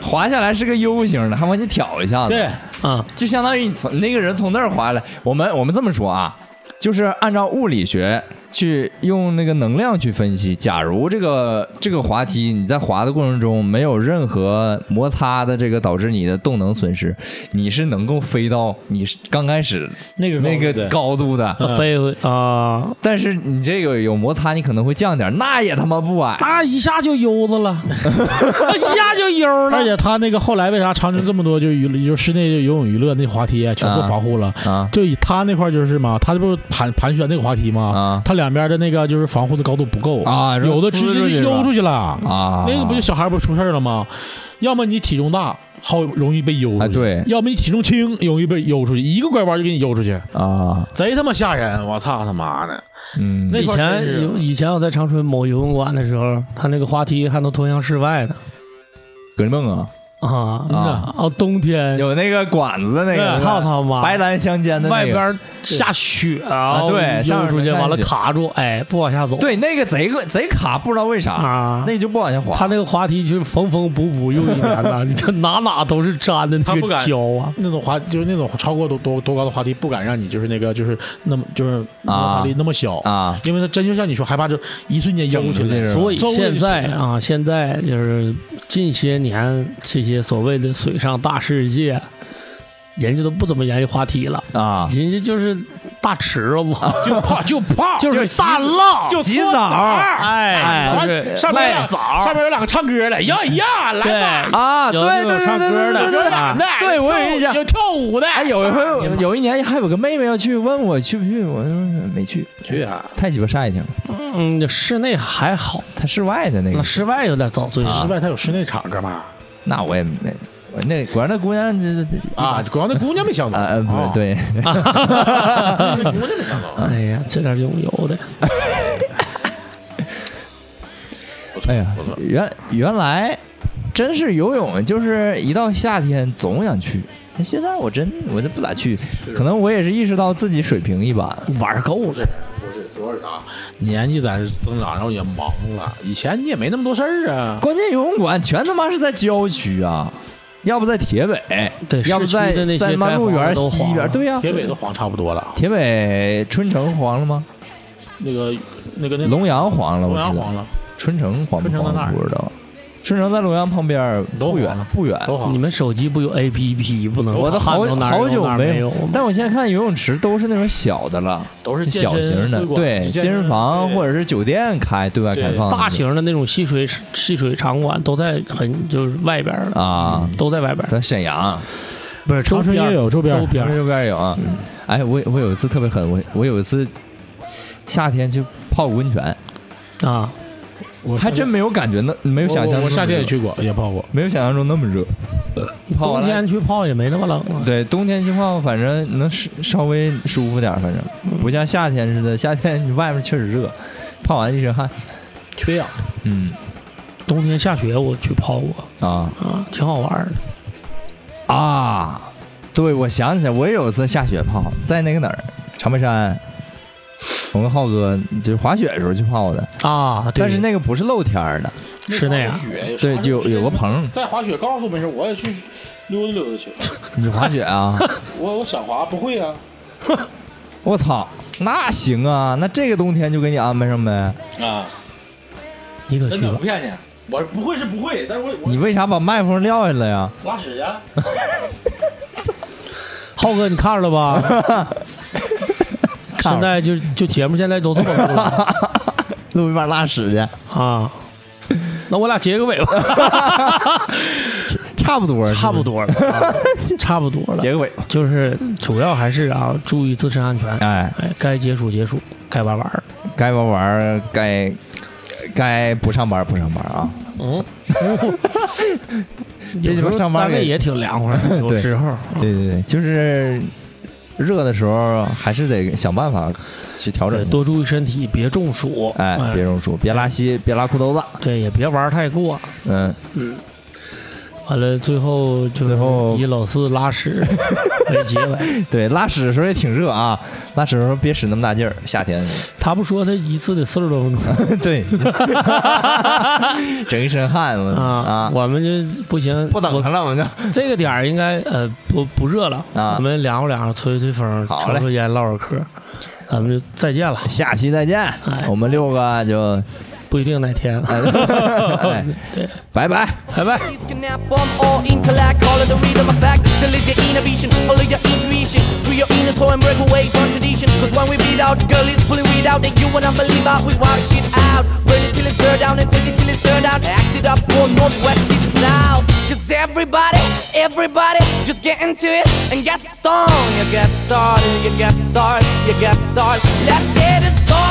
S1: 滑下来是个 U 型的，还往前挑一下子，
S3: 对，
S2: 啊，
S1: 就相当于你从那个人从那儿滑下来。我们我们这么说啊。就是按照物理学去用那个能量去分析，假如这个这个滑梯你在滑的过程中没有任何摩擦的这个导致你的动能损失，你是能够飞到你刚开始
S3: 那个
S1: 那个
S3: 对
S1: 高度的。
S2: 那飞回啊，
S1: 但是你这个有摩擦，你可能会降点儿，那也他妈不矮。
S2: 啊一下就悠子了，一下就悠
S3: 而
S2: 了。
S3: 且他那个后来为啥长春这么多就娱乐，就室内就游泳娱乐那滑梯全部
S1: 啊
S3: 防护了？
S1: 啊
S3: 就以他那块儿就是嘛，他这不是盘盘旋那个滑梯吗？
S1: 啊
S3: 他两边的那个就是防护的高度不够
S1: 啊
S3: 有的直
S1: 撕出去
S3: 接
S1: 是吧
S3: 悠出去了。
S1: 啊，
S3: 那个不就小孩不出事儿了吗？要么你体重大，好容易被悠出去
S1: 啊对
S3: 要么你体重轻，容易被悠出去，一个拐弯就给你悠出去，
S1: 啊，
S3: 贼他妈吓人！我操他妈的！
S1: 嗯，
S3: 那
S2: 以
S3: 块儿真是
S2: 前有以前我在长春某游泳馆的时候，它那个滑梯还能通向室外呢
S1: 格力梦啊，
S2: 啊
S1: 啊
S2: 哦，冬天
S1: 有那个管子的那个，
S2: 操他妈，
S1: 白蓝相间的那
S2: 啊外
S1: 个
S2: 边儿下雪
S1: 啊
S2: 啊，
S1: 对上
S2: 上出去
S1: 面
S2: 完了
S1: 看去
S2: 卡住，哎，不往下走，
S1: 对，那个贼个贼卡，不知道为啥，
S2: 啊，
S1: 那就不往下滑。
S2: 他那个滑梯就是缝缝补补又一年了， 你这哪哪都是粘的
S3: 他
S2: 那
S3: 不
S2: 个
S3: 敢
S2: 胶啊，
S3: 那种滑就是那种超过多多多高的滑梯，不敢让你就是那个就是那么就是摩擦力那么小，
S1: 啊，
S3: 因为它真就像你说，害怕就一瞬间
S1: 整
S3: 悠
S1: 出
S3: 出
S1: 去
S3: 去。
S1: 是吧
S2: 所以
S3: 稍微
S2: 现在
S3: 就是
S2: 啊，现在就是近些年这些所谓的水上大世界，人家都不怎么研究滑梯了，
S1: 啊，
S2: 人家就是大池子，
S3: 就 怕就怕，
S2: 啊就是大浪，
S3: 就
S1: 洗澡
S3: 搓澡
S2: 哎，就
S3: 完
S2: 是
S3: 上面有
S2: 卖
S3: 两上面有两个唱歌的，呀呀，来吧，
S2: 对
S1: 啊，嗯对
S2: 有
S1: 对
S2: 那种
S1: 对
S2: 唱
S1: 对
S2: 歌的
S1: 对
S3: 有
S1: 对对，
S3: 哪的，啊
S1: 对我有
S3: 有
S1: 印象
S3: 有跳舞的，
S1: 哎，有一回有有一年还有个妹妹要去，问我去不去，我说没去，
S3: 去啊，
S1: 太鸡巴晒挺了。
S2: 嗯，室内还好，
S1: 她室外的那
S2: 那
S1: 个，
S2: 室外有点遭罪。
S1: 啊
S3: 室外它有室内场干嘛？
S1: 那我也没，我那果然那姑娘这这
S3: 啊，主要那姑娘没想到
S1: 啊呃不是，对，
S3: 啊那姑娘没想到。
S2: 哎呀，这点泳游的，
S1: 哎呀
S3: 不错，
S1: 原原来真是游泳，就是一到夏天总想去。但现在我真我就不咋去，可能我也是意识到自己水平一般
S2: 玩够了。
S3: 不是，主要是啥？年纪在增长，然后也忙了。以前你也没那么多事儿啊。
S1: 关键游泳馆全他妈是在郊区啊，要不在铁北，
S2: 对
S1: 要不
S2: 市区
S1: 在
S2: 的那些
S1: 在马
S2: 该
S1: 路
S2: 黄的
S1: 园
S2: 都
S1: 西
S2: 黄
S1: 边，
S2: 了
S1: 对呀、
S3: 铁北都黄差不多了，
S1: 铁北春城黄了吗？
S3: 那个、那个、那个
S1: 龙阳黄了，我
S3: 龙
S1: 知道。
S3: 阳黄了，
S1: 春城黄不
S3: 春城在哪
S1: 黄
S3: 儿
S1: 不知道。春城在龙阳旁边儿，
S3: 都
S1: 不
S3: 黄
S1: 远
S3: 了
S1: 不远。
S3: 都黄
S2: 你
S3: 了。
S2: 们手机不有 A P P 不能
S1: 哦我都好
S2: 看到哪儿
S1: 好久
S2: 有哪儿
S1: 没
S2: 没有吗？
S1: 但我现在看游泳池都是那种小的了，
S3: 都是
S1: 是小型的，对，健身房或
S3: 者
S1: 者是酒店开对外
S3: 对
S1: 开放的，
S2: 大型的那种戏水戏水场馆都在很就是外边儿，
S1: 啊，
S2: 都在外边儿，
S1: 在沈阳
S2: 不是
S3: 周
S2: 周
S3: 边也有周边
S2: 周
S1: 旁
S2: 边儿
S1: 边右边有啊。哎，我我有一次特别狠，我我有一次夏天去泡个温泉，
S2: 啊，
S3: 我
S1: 还真没有感觉那没
S3: 没
S1: 有想象，
S3: 我夏天也，去过，也泡过。
S1: 没有想象中那么热。泡
S2: 冬
S1: 完了，
S2: 天去泡也没那么冷啊。
S1: 对，冬天去泡，反正能稍稍微舒服点儿，反正不像夏天似的，夏天你外面确实热，泡完一身汗，
S3: 缺氧，
S1: 嗯
S2: 冬天下雪我去泡过
S1: 啊。
S2: 啊，挺好玩儿的。
S1: 啊，对，我想起来，我也有一次下雪泡，在那个哪儿，长白山，我跟浩哥就是滑雪的时候去泡的，
S2: 啊，对
S1: 但是那个不是露天儿的，
S2: 是那样
S3: 滑雪
S1: 对，就有有个。棚，
S3: 在滑雪，告诉我没事，我也去溜达溜达去。
S1: 你滑雪啊？
S3: 我我想滑，不会啊。
S1: 我操，那行啊，那这个冬天就给你安排上呗。
S3: 啊，
S2: 你可去吧，
S3: 骗你，啊我不会是不会，但是我
S1: 你为啥把麦克风撂下了呀？
S3: 拉屎去。啊
S2: 浩哥你看了吧？
S1: 看了
S2: 现在就就节目现在都这么录了
S1: 路一边拉屎去，
S2: 啊，那我俩结个尾吧，
S1: 差不多，
S2: 差不
S1: 多，
S2: 多了，啊差不多了
S1: 结。个尾吧。
S2: 就是主要还是啊，注意自身安全，
S1: 哎，
S2: 哎，该解暑解暑，该玩玩儿。
S1: 该玩玩儿，该该不上班不上班啊。
S2: 嗯，
S1: 这
S2: 有
S1: 鸡
S2: 时
S1: 巴
S2: 候
S1: 上班
S2: 单位
S1: 给
S2: 也挺凉 快儿，有
S1: 对
S2: 时候。
S1: 对对对，就是热的时候还是得想办法去调整
S2: 对
S1: 一下。
S2: 多注意身体，别中暑。
S1: 哎，别中暑，别拉稀，别拉裤兜子。
S2: 对，也别玩儿太过。
S1: 嗯，
S2: 完了，最后就
S1: 最
S2: 是
S1: 后
S2: 以老四拉 屎为结尾。
S1: 对，拉屎的时候也挺热啊，拉屎的时候别使那么大劲儿，夏 天。
S2: 他不说他一次得四十多分钟
S1: 对， 整一身汗我
S2: 啊，
S1: 啊，
S2: 我们就不行，
S1: 不等他了，我就
S2: 这个点儿应该呃不不热了，
S1: 啊
S2: 我们凉快凉快，吹吹风，
S1: 好
S2: 抽
S1: 嘞
S2: 抽烟，唠会儿嗑，咱们就再见了。
S1: 下期再见。我们六个就，
S2: 不一定哪天。
S1: 哎，拜拜。
S2: 拜拜。
S4: Please connect from all intellect, all of the rhythm of fact. Delete your innovation, follow your intuition. Free your inner soul and break away from tradition. Cause when we beat out, girl, it's pulling weed out. And you wanna believe out, we wild shit out. Burn it till it's burned down and take it till it's turned out. Act it up for Northwest, it's South. Cause everybody, everybody, just get into it and get stoned. You get started, you get started, you get started. Let's get it started.